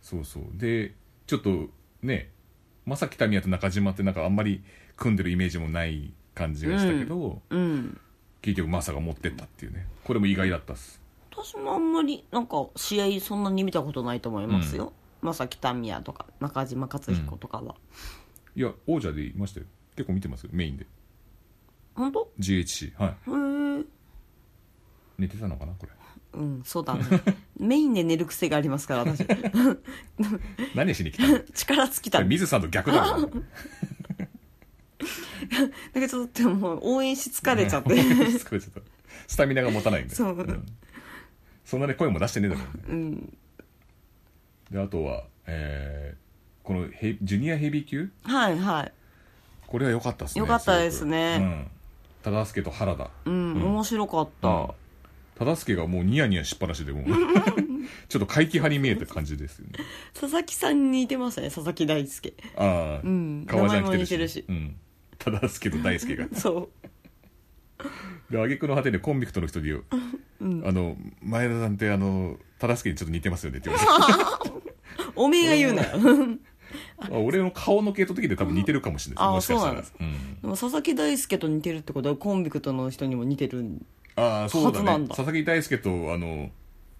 [SPEAKER 1] そうそうでちょっとね正木民也と中島ってなんかあんまり組んでるイメージもない感じがしたけど、
[SPEAKER 2] うん
[SPEAKER 1] 結局マサが持ってったっていうねこれも意外だったっす
[SPEAKER 2] 私もあんまりなんか試合そんなに見たことないと思いますよ、正木民也とか中島克彦とかは、
[SPEAKER 1] いや王者でいましたよ結構見てますよメインで
[SPEAKER 2] 本当
[SPEAKER 1] GHC はい
[SPEAKER 2] へえ
[SPEAKER 1] 寝てたのかなこれ
[SPEAKER 2] うんそうだねメインで寝る癖がありますから私
[SPEAKER 1] 何しに
[SPEAKER 2] [laughs]
[SPEAKER 1] 来たの
[SPEAKER 2] 力尽き
[SPEAKER 1] こ
[SPEAKER 2] た
[SPEAKER 1] れ
[SPEAKER 2] なんか
[SPEAKER 1] 水さんと逆だ
[SPEAKER 2] [laughs]
[SPEAKER 1] から
[SPEAKER 2] ちょっともう応援し疲れちゃって
[SPEAKER 1] [laughs] 疲れちゃったスタミナが持たないんで
[SPEAKER 2] そうん
[SPEAKER 1] そんなに声も出してねえだろうね
[SPEAKER 2] [laughs] うん
[SPEAKER 1] であとはえーこのヘジュニアヘビー級
[SPEAKER 2] はいはい
[SPEAKER 1] これは良かったっすね
[SPEAKER 2] 良かったですね
[SPEAKER 1] ごくうん忠相と原田
[SPEAKER 2] うん、
[SPEAKER 1] うん
[SPEAKER 2] 面白かった、
[SPEAKER 1] 忠相がもうニヤニヤしっぱなしでもう [laughs] ちょっと怪奇派に見えた感じですよね
[SPEAKER 2] 佐々木さんに似てましたね佐々木大輔
[SPEAKER 1] ああ、
[SPEAKER 2] うん
[SPEAKER 1] 革ジャン着てるし
[SPEAKER 2] 名前も似てるし
[SPEAKER 1] うん、忠相と大
[SPEAKER 2] [laughs]
[SPEAKER 1] 輔が
[SPEAKER 2] そ
[SPEAKER 1] で挙句の果てでコンビクトの人に「あの前田さんってあの忠相にちょっと似てますよね」って言われて
[SPEAKER 2] うおめえが言うなよ [laughs]
[SPEAKER 1] あ俺の顔の系統的で多分似てるかもしれない
[SPEAKER 2] あ
[SPEAKER 1] もしかした
[SPEAKER 2] そうなん
[SPEAKER 1] ら
[SPEAKER 2] です
[SPEAKER 1] うん
[SPEAKER 2] [laughs] でも佐々木大輔と似てるってことはコンビクトの人にも似てるん
[SPEAKER 1] ああそう
[SPEAKER 2] 初
[SPEAKER 1] だ
[SPEAKER 2] な
[SPEAKER 1] ね
[SPEAKER 2] んだ
[SPEAKER 1] 佐々木大輔とあの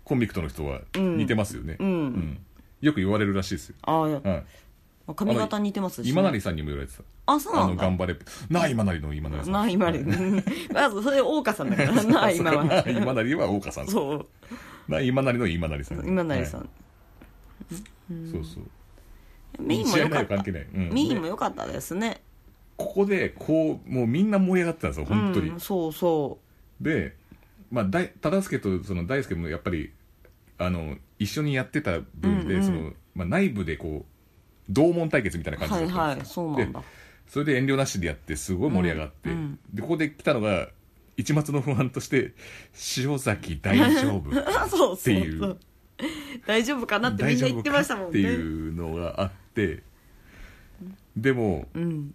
[SPEAKER 1] コンビクトの人は
[SPEAKER 2] ん
[SPEAKER 1] 似てますよね、
[SPEAKER 2] うん
[SPEAKER 1] よく言われるらしいですよ、
[SPEAKER 2] ああいや
[SPEAKER 1] はい
[SPEAKER 2] 髪型似てますしね、
[SPEAKER 1] 今成さんにも言われてた
[SPEAKER 2] あそう
[SPEAKER 1] あ
[SPEAKER 2] な
[SPEAKER 1] の
[SPEAKER 2] んだ
[SPEAKER 1] 頑張れなあ今成の今成さん
[SPEAKER 2] なあ今まで
[SPEAKER 1] [laughs]
[SPEAKER 2] まずそれ大岡さんだからなあ今
[SPEAKER 1] な
[SPEAKER 2] は
[SPEAKER 1] あ [laughs] 今成は大岡さん
[SPEAKER 2] そう
[SPEAKER 1] なあ今成の今成さん
[SPEAKER 2] 今成さん、
[SPEAKER 1] はいそうそう
[SPEAKER 2] メインも良かっ
[SPEAKER 1] 試合内容関
[SPEAKER 2] た
[SPEAKER 1] 係ない、うん
[SPEAKER 2] メインも
[SPEAKER 1] で
[SPEAKER 2] 良かったですね
[SPEAKER 1] ここでこうもうみんな盛り上がってたんですよ本当に、
[SPEAKER 2] うん、そうそ
[SPEAKER 1] で、まあ、大忠相とその大輔もやっぱりあの一緒にやってた分で、
[SPEAKER 2] うんうん
[SPEAKER 1] そのまあ、内部でこう同門対決みたいな
[SPEAKER 2] う
[SPEAKER 1] 感じ
[SPEAKER 2] はい
[SPEAKER 1] だった
[SPEAKER 2] は
[SPEAKER 1] ん
[SPEAKER 2] い
[SPEAKER 1] です
[SPEAKER 2] そ
[SPEAKER 1] よ
[SPEAKER 2] うなんだ
[SPEAKER 1] でそれで遠慮なしでやってすごい盛り上がって、
[SPEAKER 2] うんうん
[SPEAKER 1] でここで来たのが一抹の不安として塩崎大丈夫
[SPEAKER 2] あ [laughs] そう
[SPEAKER 1] っ
[SPEAKER 2] そ
[SPEAKER 1] て
[SPEAKER 2] う
[SPEAKER 1] いう
[SPEAKER 2] そう大丈夫かなってみ
[SPEAKER 1] 大
[SPEAKER 2] んな
[SPEAKER 1] 丈
[SPEAKER 2] 言っ
[SPEAKER 1] 夫
[SPEAKER 2] て
[SPEAKER 1] か
[SPEAKER 2] ましたも
[SPEAKER 1] っ
[SPEAKER 2] ん
[SPEAKER 1] て
[SPEAKER 2] ね
[SPEAKER 1] いうのがあってでも
[SPEAKER 2] うん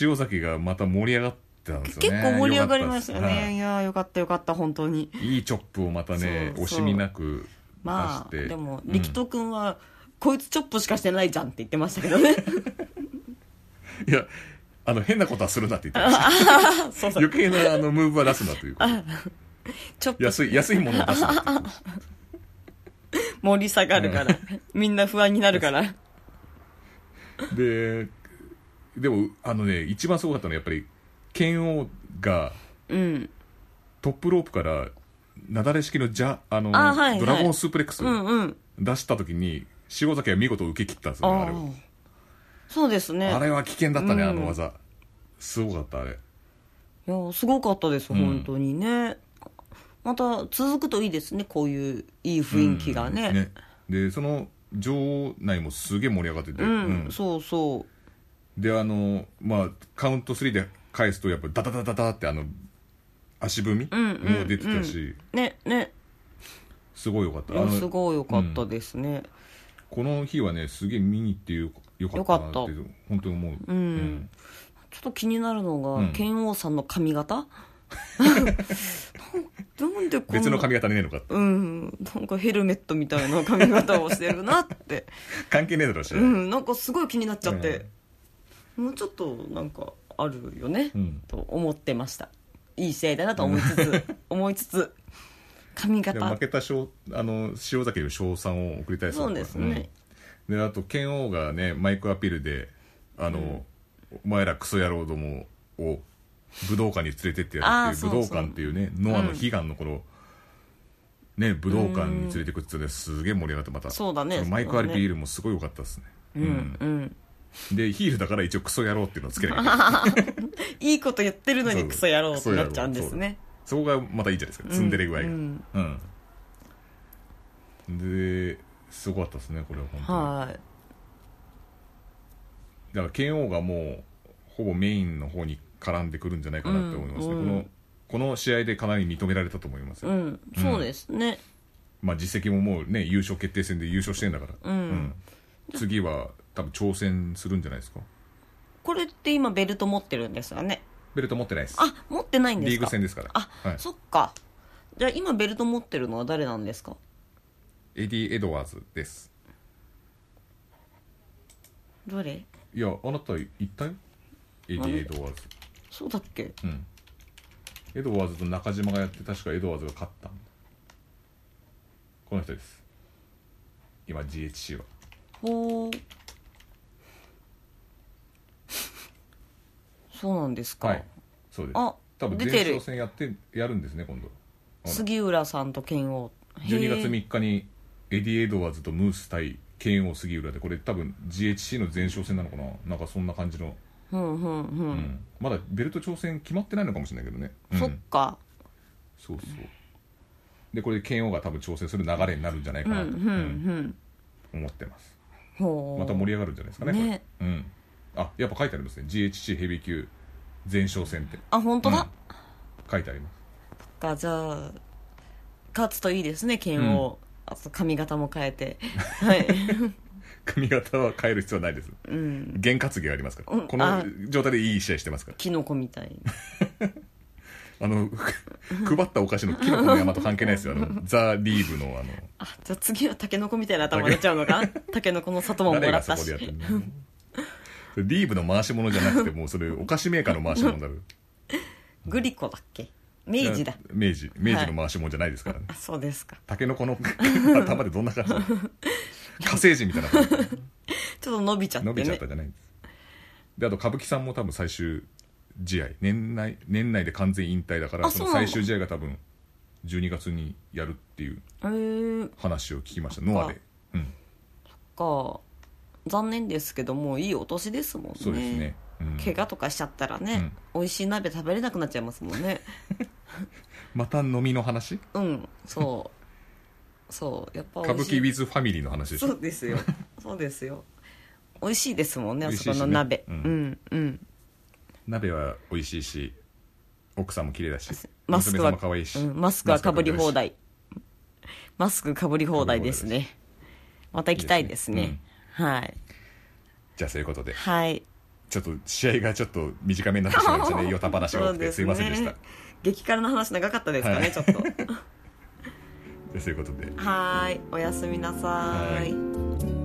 [SPEAKER 1] 塩崎がまた盛り上がってたんですよね
[SPEAKER 2] 結構盛り上がりましたよ
[SPEAKER 1] 良かっ
[SPEAKER 2] ね
[SPEAKER 1] っす
[SPEAKER 2] いやーよかったよかった本当に
[SPEAKER 1] いいチョップをまたね
[SPEAKER 2] そうそ
[SPEAKER 1] 惜
[SPEAKER 2] う
[SPEAKER 1] しみなく出
[SPEAKER 2] ま
[SPEAKER 1] し
[SPEAKER 2] あ
[SPEAKER 1] て、
[SPEAKER 2] でも
[SPEAKER 1] うん
[SPEAKER 2] 力斗くんは、こいつチョップしかしてないじゃんって言ってましたけどね
[SPEAKER 1] いやあの変なことはするなって言ってました
[SPEAKER 2] そうそう
[SPEAKER 1] 余計なあのムーブは出すなということ
[SPEAKER 2] チョッ
[SPEAKER 1] [laughs]
[SPEAKER 2] プ
[SPEAKER 1] 安い安いものを出すなって言ってました
[SPEAKER 2] 盛り下がるからみんな不安になるから
[SPEAKER 1] ででもあのね一番すごかったのはやっぱり剣王が
[SPEAKER 2] うん
[SPEAKER 1] トップロープからなだれ式のジャあの
[SPEAKER 2] あはいはい
[SPEAKER 1] ドラゴンスープレックス
[SPEAKER 2] うんうん
[SPEAKER 1] 出した時に塩崎は見事受け切ったんですよねあれ
[SPEAKER 2] あ
[SPEAKER 1] を
[SPEAKER 2] ーそうですね
[SPEAKER 1] あれは危険だったね、
[SPEAKER 2] うん
[SPEAKER 1] あの技すごかったあれ
[SPEAKER 2] いやすごかったです、
[SPEAKER 1] うん
[SPEAKER 2] 本当にねまた続くといいですねこういういい雰囲気がね,、
[SPEAKER 1] うんでその場内もすげえ盛り上がってて、
[SPEAKER 2] うん、
[SPEAKER 1] うん
[SPEAKER 2] そうそ
[SPEAKER 1] であのまあカウント3で返すとやっぱダダダダダってあの足踏み
[SPEAKER 2] うんうん
[SPEAKER 1] も出てたし、
[SPEAKER 2] ねね
[SPEAKER 1] すごいよかった
[SPEAKER 2] いや
[SPEAKER 1] あの
[SPEAKER 2] すごい良かったですね、
[SPEAKER 1] この日はねすげえ見に行ってよよかったなって本当に思う、
[SPEAKER 2] うんちょっと気になるのが、
[SPEAKER 1] うん
[SPEAKER 2] 剣王さんの
[SPEAKER 1] [laughs]
[SPEAKER 2] 髪型なんでこんな
[SPEAKER 1] 別の髪型ねえのか
[SPEAKER 2] うんなんかヘルメットみたいな髪型をしてるなって
[SPEAKER 1] 関 [laughs] 係ねえだろうし、
[SPEAKER 2] うんなんかすごい気になっちゃって、もうちょっとなんかあるよね、
[SPEAKER 1] うん
[SPEAKER 2] と思ってましたいい試合だなと思いつつ思い
[SPEAKER 1] [laughs]
[SPEAKER 2] つつ髪
[SPEAKER 1] でも
[SPEAKER 2] 型
[SPEAKER 1] 負けた賞あの塩崎より賞賛を送りたい
[SPEAKER 2] そうですね、
[SPEAKER 1] うんであと剣王がねマイクアピールで「あの、お前らクソ野郎どもを武道館に連れてってやる」ってい
[SPEAKER 2] あー
[SPEAKER 1] う
[SPEAKER 2] そう
[SPEAKER 1] 武
[SPEAKER 2] そう
[SPEAKER 1] 道館っていうねノアの悲願のこの、ね、武道館に連れてくっつってすげえ盛り上がってまた
[SPEAKER 2] そうだね
[SPEAKER 1] のマイクアピールもすごい良かったですね
[SPEAKER 2] うんうん
[SPEAKER 1] でヒールだから一応クソ野郎っていうのをつけなき
[SPEAKER 2] [laughs]
[SPEAKER 1] ゃいけない
[SPEAKER 2] いいこと言ってるのにクソ野郎ってなっちゃうんですね
[SPEAKER 1] そこがまたいいじゃないですかツンデレ具合がう
[SPEAKER 2] う
[SPEAKER 1] んん、ですごかったですねこれは本当に、
[SPEAKER 2] はい
[SPEAKER 1] だから剣王がもうほぼメインの方に絡んでくるんじゃないかなって思いますね、
[SPEAKER 2] うん
[SPEAKER 1] こ
[SPEAKER 2] う
[SPEAKER 1] のこの試合でかなり認められたと思いますよ、
[SPEAKER 2] うん、そうですね、
[SPEAKER 1] まあ実績ももうね優勝決定戦で優勝してんだから、
[SPEAKER 2] うん
[SPEAKER 1] 次は多分挑戦するんじゃないですか
[SPEAKER 2] これって今ベルト持ってるんですよね
[SPEAKER 1] ベルト持ってないです
[SPEAKER 2] あ持ってないんですか
[SPEAKER 1] リーグ戦ですから
[SPEAKER 2] あ、
[SPEAKER 1] はい、
[SPEAKER 2] そっかじゃあ今ベルト持ってるのは誰なんですか
[SPEAKER 1] エディ・エドワーズです
[SPEAKER 2] どれ
[SPEAKER 1] いやあなた言ったよエディ・エドワーズ
[SPEAKER 2] そうだっけ
[SPEAKER 1] うんエドワーズと中島がやって確かエドワーズが勝ったんだこの人です今 GHC は
[SPEAKER 2] ほうそうなんですか、
[SPEAKER 1] はいそうです
[SPEAKER 2] あ
[SPEAKER 1] 多分前
[SPEAKER 2] 出てる
[SPEAKER 1] 哨戦やってやるんですね今度あの
[SPEAKER 2] 杉浦さんと剣王
[SPEAKER 1] 12月
[SPEAKER 2] へえ
[SPEAKER 1] 3日にエディ・エドワーズとムース対剣王杉浦でこれ多分 GHC の前哨戦なのかななんかそんな感じの、
[SPEAKER 2] うんうんうん、
[SPEAKER 1] うんまだベルト挑戦決まってないのかもしれないけどね、うん
[SPEAKER 2] そっか
[SPEAKER 1] そうそうでこれで剣王が多分挑戦する流れになるんじゃないか
[SPEAKER 2] うん
[SPEAKER 1] な
[SPEAKER 2] う
[SPEAKER 1] と、
[SPEAKER 2] んう
[SPEAKER 1] うん
[SPEAKER 2] ん
[SPEAKER 1] 思ってます
[SPEAKER 2] ほう
[SPEAKER 1] また盛り上がるんじゃないですかねこれ
[SPEAKER 2] ね
[SPEAKER 1] うんあやっぱ書いてありますね GHC ヘビー級前哨戦って
[SPEAKER 2] あ本当だ、
[SPEAKER 1] 書いてあります
[SPEAKER 2] かじゃあ勝つといいですね剣王、あと髪型も変えて [laughs] はい
[SPEAKER 1] 髪型は変える必要はないです
[SPEAKER 2] うん
[SPEAKER 1] 験担ぎがありますから、
[SPEAKER 2] うん
[SPEAKER 1] こ
[SPEAKER 2] あ
[SPEAKER 1] の状態でいい試合してますから
[SPEAKER 2] キノコみたいに
[SPEAKER 1] あの [laughs] 配ったお菓子のキノコの山と関係ないですよあのザ・リーブのあの
[SPEAKER 2] あじゃあ次はタケノコみたいな頭になっちゃう
[SPEAKER 1] [laughs]
[SPEAKER 2] のかなタケノコの里もも
[SPEAKER 1] 誰が
[SPEAKER 2] らっ
[SPEAKER 1] そ
[SPEAKER 2] た
[SPEAKER 1] こ
[SPEAKER 2] し
[SPEAKER 1] でやってるのそれリーブの回し物じゃなくてもうそれお菓子メーカーの回し物だろ
[SPEAKER 2] グリコだっけ明治だ
[SPEAKER 1] 明治明治の回し物じゃないですからね、
[SPEAKER 2] あそうですか
[SPEAKER 1] タケノコの [laughs] 頭でどんな感
[SPEAKER 2] [laughs]
[SPEAKER 1] じなの火星人みたいな感じ
[SPEAKER 2] ちょっと伸びちゃって
[SPEAKER 1] [laughs]
[SPEAKER 2] ね
[SPEAKER 1] 伸びちゃったじゃないんですであと歌舞伎さんも多分最終試合年内年内で完全引退だから
[SPEAKER 2] あ
[SPEAKER 1] その
[SPEAKER 2] そうなんだ
[SPEAKER 1] 最終試合が多分12月にやるっていう
[SPEAKER 2] へえ
[SPEAKER 1] 話を聞きましたノアでうん
[SPEAKER 2] か残念ですけどもういいお年ですもんね
[SPEAKER 1] そうですねうん、
[SPEAKER 2] 怪我とかしちゃったらね、美味しい鍋食べれなくなっちゃいますもんね
[SPEAKER 1] また飲みの話
[SPEAKER 2] うんそうそうやっぱ美
[SPEAKER 1] 歌
[SPEAKER 2] 味
[SPEAKER 1] 舞
[SPEAKER 2] しい
[SPEAKER 1] 伎 with ファミリーの話でし
[SPEAKER 2] そ
[SPEAKER 1] ょ
[SPEAKER 2] うで
[SPEAKER 1] [laughs]
[SPEAKER 2] すよそうですよ美味しいですもんねあ
[SPEAKER 1] 美味しいしね
[SPEAKER 2] そこの鍋、う
[SPEAKER 1] うんん
[SPEAKER 2] うん
[SPEAKER 1] 鍋は美味しいし奥さんも綺麗だし
[SPEAKER 2] マス
[SPEAKER 1] 娘
[SPEAKER 2] ク
[SPEAKER 1] さん
[SPEAKER 2] は
[SPEAKER 1] も可愛いし、
[SPEAKER 2] うんマスクはかぶり放題マスクかぶり放題です
[SPEAKER 1] かぶ
[SPEAKER 2] ねまた行きたいですね
[SPEAKER 1] いいですね
[SPEAKER 2] はい
[SPEAKER 1] じゃあそういうことで
[SPEAKER 2] はい
[SPEAKER 1] ちょっと試合がちょっと短めになってしまいま
[SPEAKER 2] [laughs]
[SPEAKER 1] したねヨタ話が多くてす,、いませんでした
[SPEAKER 2] そうすね激辛の話長かったですかね、
[SPEAKER 1] はい
[SPEAKER 2] ちょっと
[SPEAKER 1] でそういうことで
[SPEAKER 2] はいおやすみなさ
[SPEAKER 1] はい
[SPEAKER 2] い